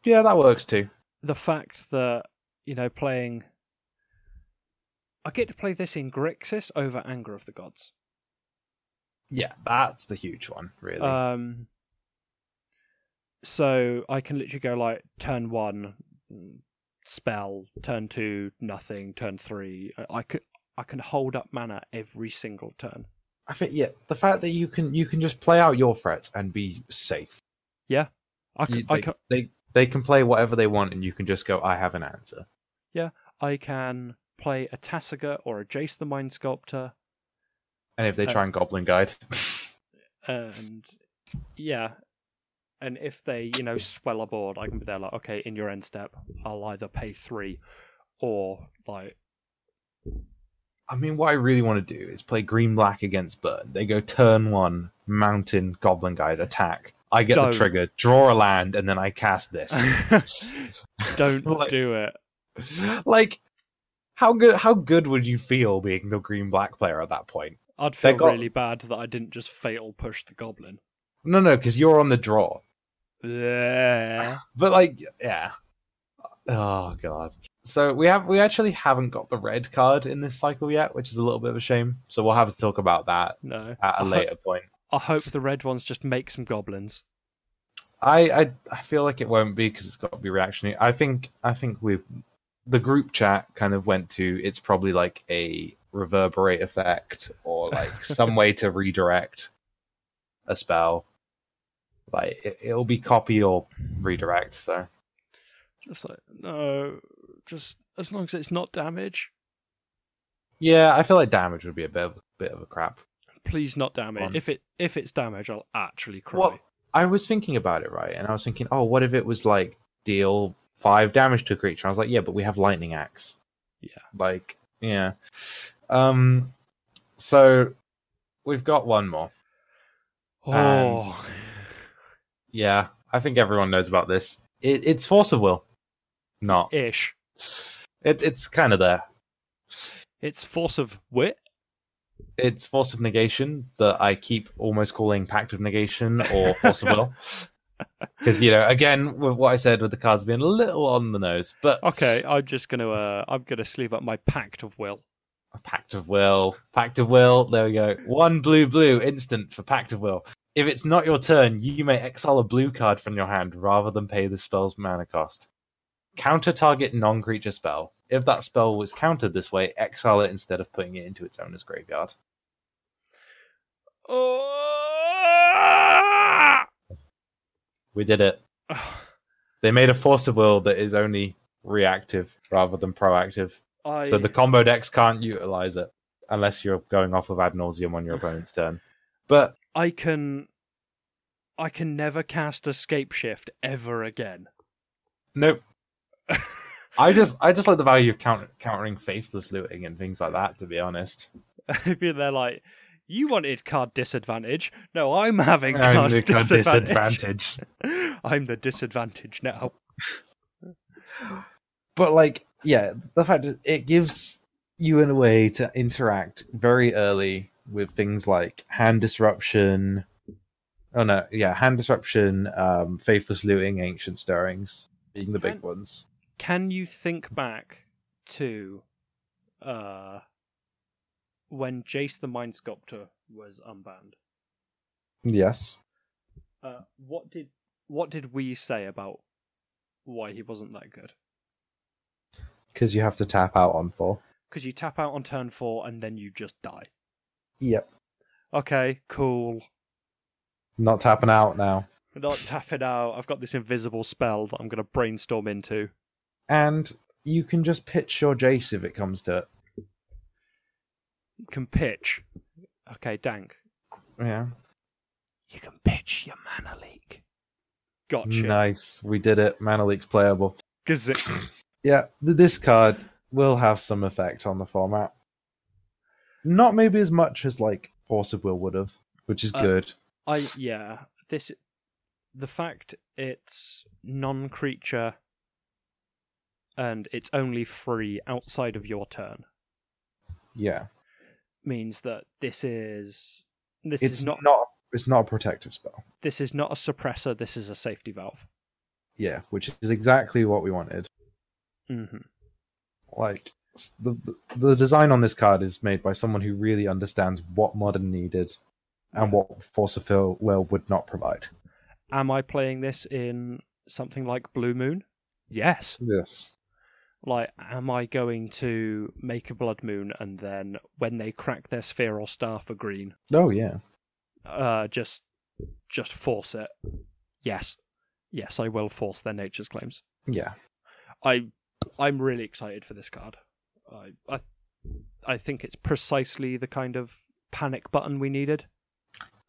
yeah, that works too.
The fact that you know playing, I get to play this in Grixis over Anger of the Gods.
Yeah, that's the huge one, really.
Um, so I can literally go like turn one, mm, spell. Turn two, nothing. Turn three, I- I could I can hold up mana every single turn.
I think yeah, the fact that you can you can just play out your threats and be safe.
I can,
You-
I
they,
can,
they they can play whatever they want, and you can just go. I have an answer.
I can play a Tassiga or a Jace the Mind Sculptor,
And if they
Uh,
try and Goblin Guide,
and yeah. And if they, you know, swell aboard, I can be there like, okay, in your end step, I'll either pay three or like
I mean, what I really want to do is play green black against burn. They go turn one, mountain, goblin guys, attack. I get
Don't.
the trigger, draw a land, and then I cast this.
don't
Like-
do it.
like, how good? How good would you feel being the green black player at that point?
I'd feel
got-
really bad that I didn't just fatal push the goblin.
No, no, because you're on the draw.
Yeah.
But like, yeah. Oh god. So we have we actually haven't got the red card in this cycle yet, which is a little bit of a shame. So we'll have to talk about that
No.
at
I
a
ho-
later point.
I hope the red ones just make some goblins.
I, I I feel like it won't be because it's got to be reactionary. I think I think we the group chat kind of went to it's probably like a reverberate effect or like some way to redirect a spell. Like it, it'll be copy or redirect. So
It's like, no, just as long as it's not damage,
yeah, I feel like damage would be a bit of, bit of a crap.
please not damage.
One.
If it if it's damage, I'll actually cry.
Well, I was thinking about it right, and I was thinking, oh, what if it was like deal five damage to a creature? I was like, yeah, but we have lightning axe.
Yeah.
Like, yeah. Um, so we've got one more.
oh,
Yeah, I think everyone knows about this. It, it's force of will. Not.
ish.
It, it's kind of there.
It's force of wit.
It's force of negation that I keep almost calling pact of negation or force of will. Because you know, again, with what I said with the cards being a little on the nose, but
Okay, I'm just gonna uh, I'm gonna sleeve up my pact of will.
A Pact of Will. Pact of Will. There we go. One blue, blue, instant for Pact of Will. If it's not your turn, you may exile a blue card from your hand rather than pay the spell's mana cost. Counter target non creature spell. If that spell was countered this way, exile it instead of putting it into its owner's graveyard.
Oh!
We did it. They made a Force of Will that is only reactive rather than proactive.
I
So the combo decks can't utilize it unless you're going off of ad nauseum on your opponent's turn. But
I can I can never cast escape shift ever again.
nope. I just I just like the value of counter, countering faithless looting and things like that. To be honest,
if they're like, you wanted card disadvantage. No, I'm having
I
card,
mean, card
disadvantage. I'm the disadvantage now.
But like, yeah, the fact is, it gives you in a way to interact very early with things like hand disruption. Oh no, yeah, hand disruption, um, faithless looting, ancient stirrings being the big
Hand-
ones.
Can you think back to uh, when Jace the Mind Sculptor was unbanned?
Yes.
Uh, what did what did we say about why he wasn't that good?
Because you have to tap out on four.
Because you tap out on turn four and then you just die.
Yep.
Okay, cool.
Not tapping out now.
We're not tapping out. I've got this invisible spell that I'm going to brainstorm into.
And you can just pitch your Jace if it comes to it.
You can pitch. Okay, Dank.
Yeah.
You can pitch your mana leak. Gotcha.
Nice. We did it. Mana leaks playable.
Gazoo.
Yeah, th- this card will have some effect on the format. Not maybe as much as like Force of Will would have, which is
Uh,
good.
I yeah. This the fact it's non-creature and it's only free outside of your turn
Yeah.
means that this is this
It's
is not,
not, not it's not a protective spell.
this is not a suppressor. This is a safety valve.
Yeah, which is exactly what we wanted.
hmm
Mm-hmm. Like s- the the- the design on this card is made by someone who really understands what modern needed and what Force of Will Will would not provide.
Am I playing this in something like Blue Moon? Yes.
Yes.
like am i going to make a blood moon and then when they crack their sphere or star for green
Oh yeah.
uh just just force it yes yes i will force their nature's claims
Yeah.
i i'm really excited for this card i i, I think it's precisely the kind of panic button we needed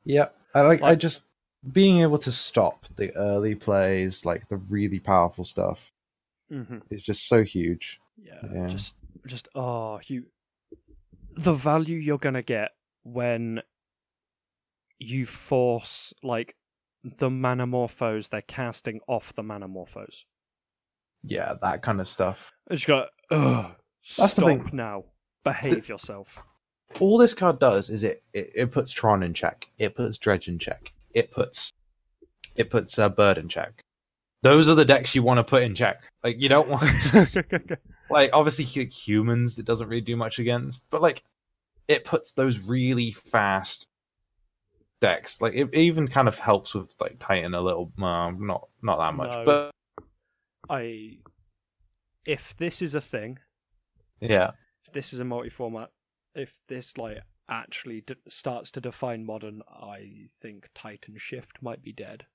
Yeah, I like. I just being able to stop the early plays, like the really powerful stuff,
Mm-hmm.
is just so huge.
Yeah,
Yeah.
Just, just oh, you. The value you're gonna get when you force like the manamorphos they're casting off the manamorphos.
Yeah, that kind of stuff.
It's got ugh.
That's the
stop
thing.
now. Behave yourself.
All this card does is it, it it puts Tron in check. It puts Dredge in check. It puts it puts uh, Bird in check. Those are the decks you want to put in check. Like you don't want like obviously hu- humans it doesn't really do much against but like it puts those really fast decks like it even kind of helps with like titan a little um, not not that much
No.
but
I. If this is a thing,
yeah
if this is a multi-format, if this like actually d- starts to define modern, I think Titan Shift might be dead.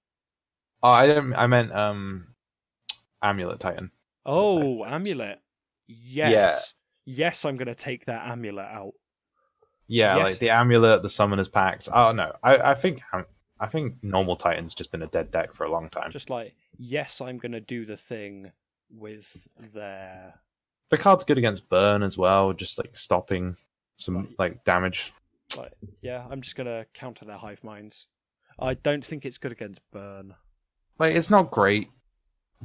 oh, i don't i meant um amulet titan
Oh, amulet. Yes. Yes, I'm going to take that amulet out.
yeah
Yes.
like the amulet the summoners packs oh no i i think um, i think normal titan's just been a dead deck for a long time
Just like, yes, I'm going to do the thing with their.
the card's good against burn as well just like stopping some
Right.
like damage
Like, yeah, I'm just going to counter their hive minds. I don't think it's good against burn.
like it's not great,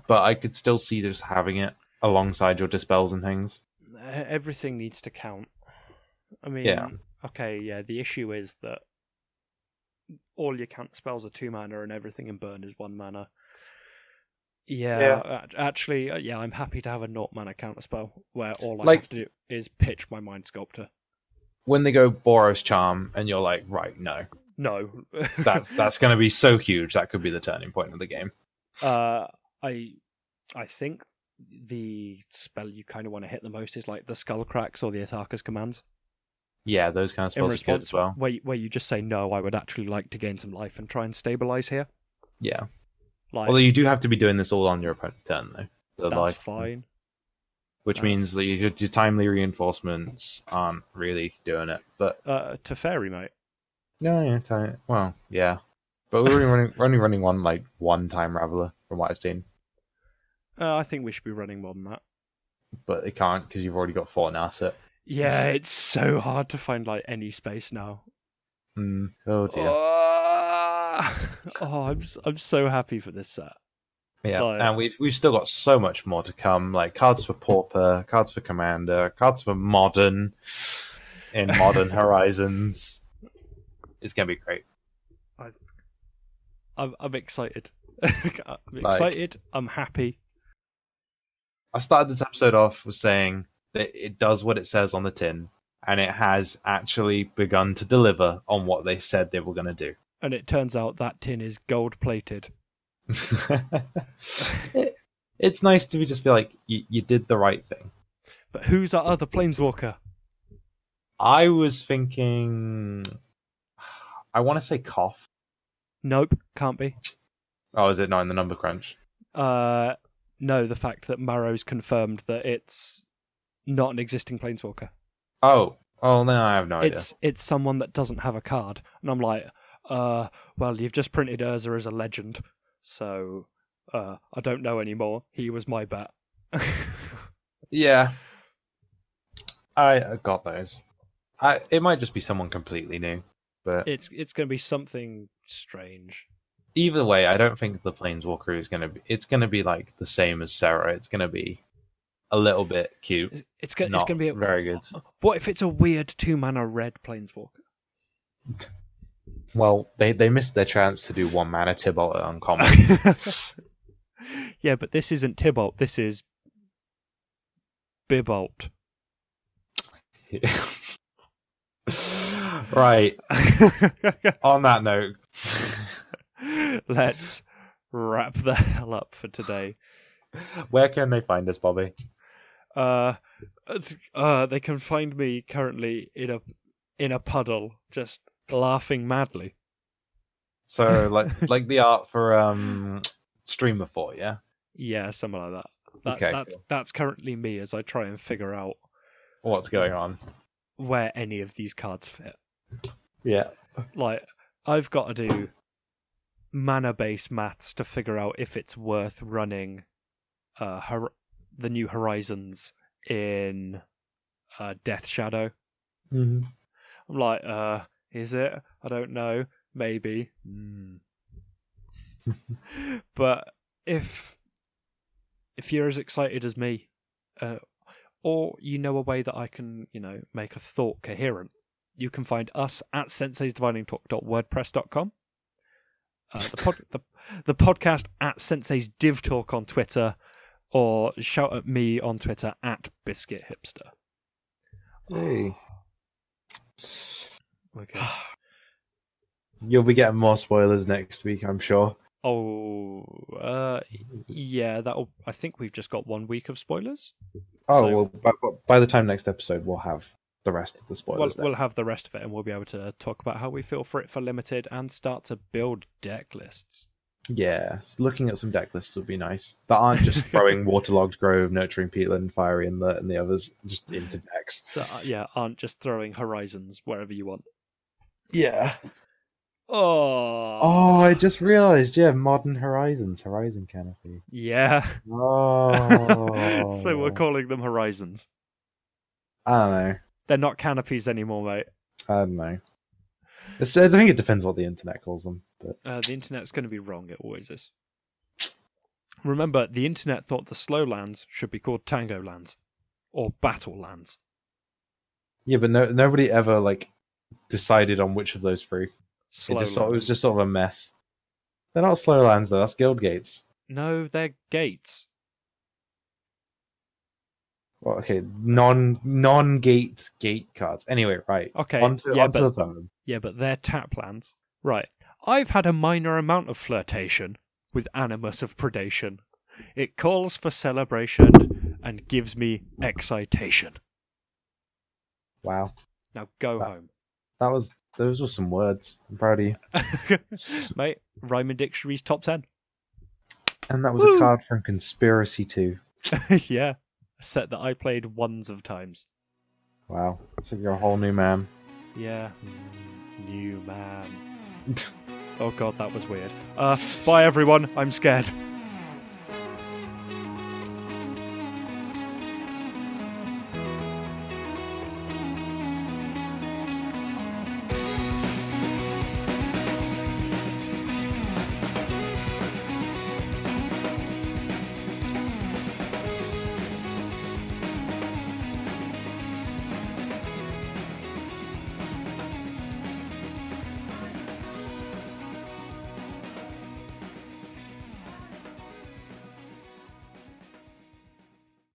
but I could still see just having it alongside your dispels and things.
E- Everything needs to count. I mean,
Yeah.
okay, yeah, the issue is that all your count spells are two mana and everything in burn is one mana. Yeah,
Yeah.
a- actually, uh, yeah, I'm happy to have a naught mana counter spell where all I
Like-
have to do is pitch my mind sculptor.
When they go Boros Charm, and you're like, right, no,
No,
that's that's going to be so huge. That could be the turning point of the game.
Uh, I, I think the spell you kind of want to hit the most is like the skull cracks or the Ataka's commands.
Yeah, those kind of
in
spells are good
response
as well.
where you, where you just say no i would actually like to gain some life and try and stabilize here
Yeah,
like
although you do have to be doing this all on your opponent's turn though. The
that's
life,
fine
which
That's-
means that your, your timely reinforcements aren't really doing it. But
uh to fairy mate
no, yeah, ti- well, yeah, but we're only running, we're only running one like one time Raveler from what I've seen,
uh, i think we should be running more than that
but it can't because you've already got four Narset.
yeah it's so hard to find like any space now
Mm. Oh dear.
oh, i'm s- i'm so happy for this set
Yeah,
Like-
and we've we've still got so much more to come. Like cards for Pauper, cards for Commander, cards for Modern, in Modern Horizons. It's gonna be great.
i'm i'm excited i'm excited i'm happy
I started this episode off with saying that it does what it says on the tin, and it has actually begun to deliver on what they said they were gonna do.
and it turns out that tin is gold plated
It- it's nice to be just be like, you, you did the right thing.
but who's our other planeswalker
I was thinking, I want to say cough.
nope can't be
Oh, is it not in the number crunch?
uh, no, the fact that Marrow's confirmed that it's not an existing planeswalker.
Oh, oh no, I have no
it's it's someone that doesn't have a card, and I'm like, uh, well, you've just printed Urza as a legend, so uh, I don't know anymore. He was my bet.
idea. Yeah, I uh, got those. I it might just be someone completely new, but
it's it's going to be something strange.
either way, I don't think the Planeswalker is gonna be. It's gonna be like the same as Sarah. It's gonna be a little bit cute.
It's, it's going it's
not
going to be. A,
very good.
what if it's a weird two mana red planeswalker?
Well, they they missed their chance to do one mana Tibalt at uncommon.
yeah, but this isn't Tibalt. This is Bibalt.
right. On that note,
Let's wrap the hell up for today.
where can they find us, Bobby?
Uh, th- uh, they can find me currently in a in a puddle, just laughing madly.
So like like the art for um Streamer Four, yeah.
Yeah, something like that. that
Okay,
that's that's currently me as I try and figure out
What's going on?
where any of these cards fit.
Yeah.
Like I've got to do mana based maths to figure out if it's worth running uh, Hor- the new Horizons in uh, Death Shadow.
Mm-hmm.
I'm like, uh, is it? I don't know. Maybe. Mm. but if if you're as excited as me, uh, or you know a way that I can, you know, make a thought coherent, you can find us at sensei's divining talk.wordpress.com. Uh, the, pod, the, the podcast at Sensei's Div Talk on Twitter, or shout at me on Twitter at Biscuit Hipster.
Hey.
Okay.
You'll be getting more spoilers next week, I'm sure.
Oh, uh, yeah. That will I think we've just got one week of spoilers.
Oh
So-
well, by, by the time next episode, we'll have the rest of the
We'll,
spoilers. there.
we'll have the rest of it, and we'll be able to talk about how we feel for it for limited, and start to build deck lists.
Yeah, s- looking at some deck lists would be nice that aren't just throwing waterlogged grove, nurturing peatland, fiery, and the and the others just into decks.
That uh, yeah, aren't just throwing horizons wherever you want.
Yeah.
Oh,
Oh, I just realised. Yeah, modern horizons, horizon canopy.
yeah.
Oh.
so we're calling them horizons.
I don't know.
They're not canopies anymore, mate.
I don't know. It's, I think it depends what the internet calls them, but
Uh, the internet's going to be wrong. It always is. Remember, the internet thought the slow lands should be called tango lands or battle lands.
yeah, but no, nobody ever like decided on which of those three. It,
Slow
just sort, it was
lands.
just sort of a mess. They're not slow lands though. That's guild gates.
No, they're gates.
Well, okay, non non gate gate cards. Anyway, right.
Okay.
Onto,
yeah,
onto
but,
the poem.
yeah, but they're tap lands. Right. I've had a minor amount of flirtation with animus of predation. It calls for celebration and gives me excitation.
Wow,
Now go
That-
home.
that was those were some words. I'm proud of you.
Mate, Rhyming Dictionary's top 10.
And that was
Woo!
a card from Conspiracy Two.
yeah. A set that I played ones of times.
Wow, so you're a whole new man.
Yeah. New man. oh god, that was weird. Uh, bye everyone. I'm scared.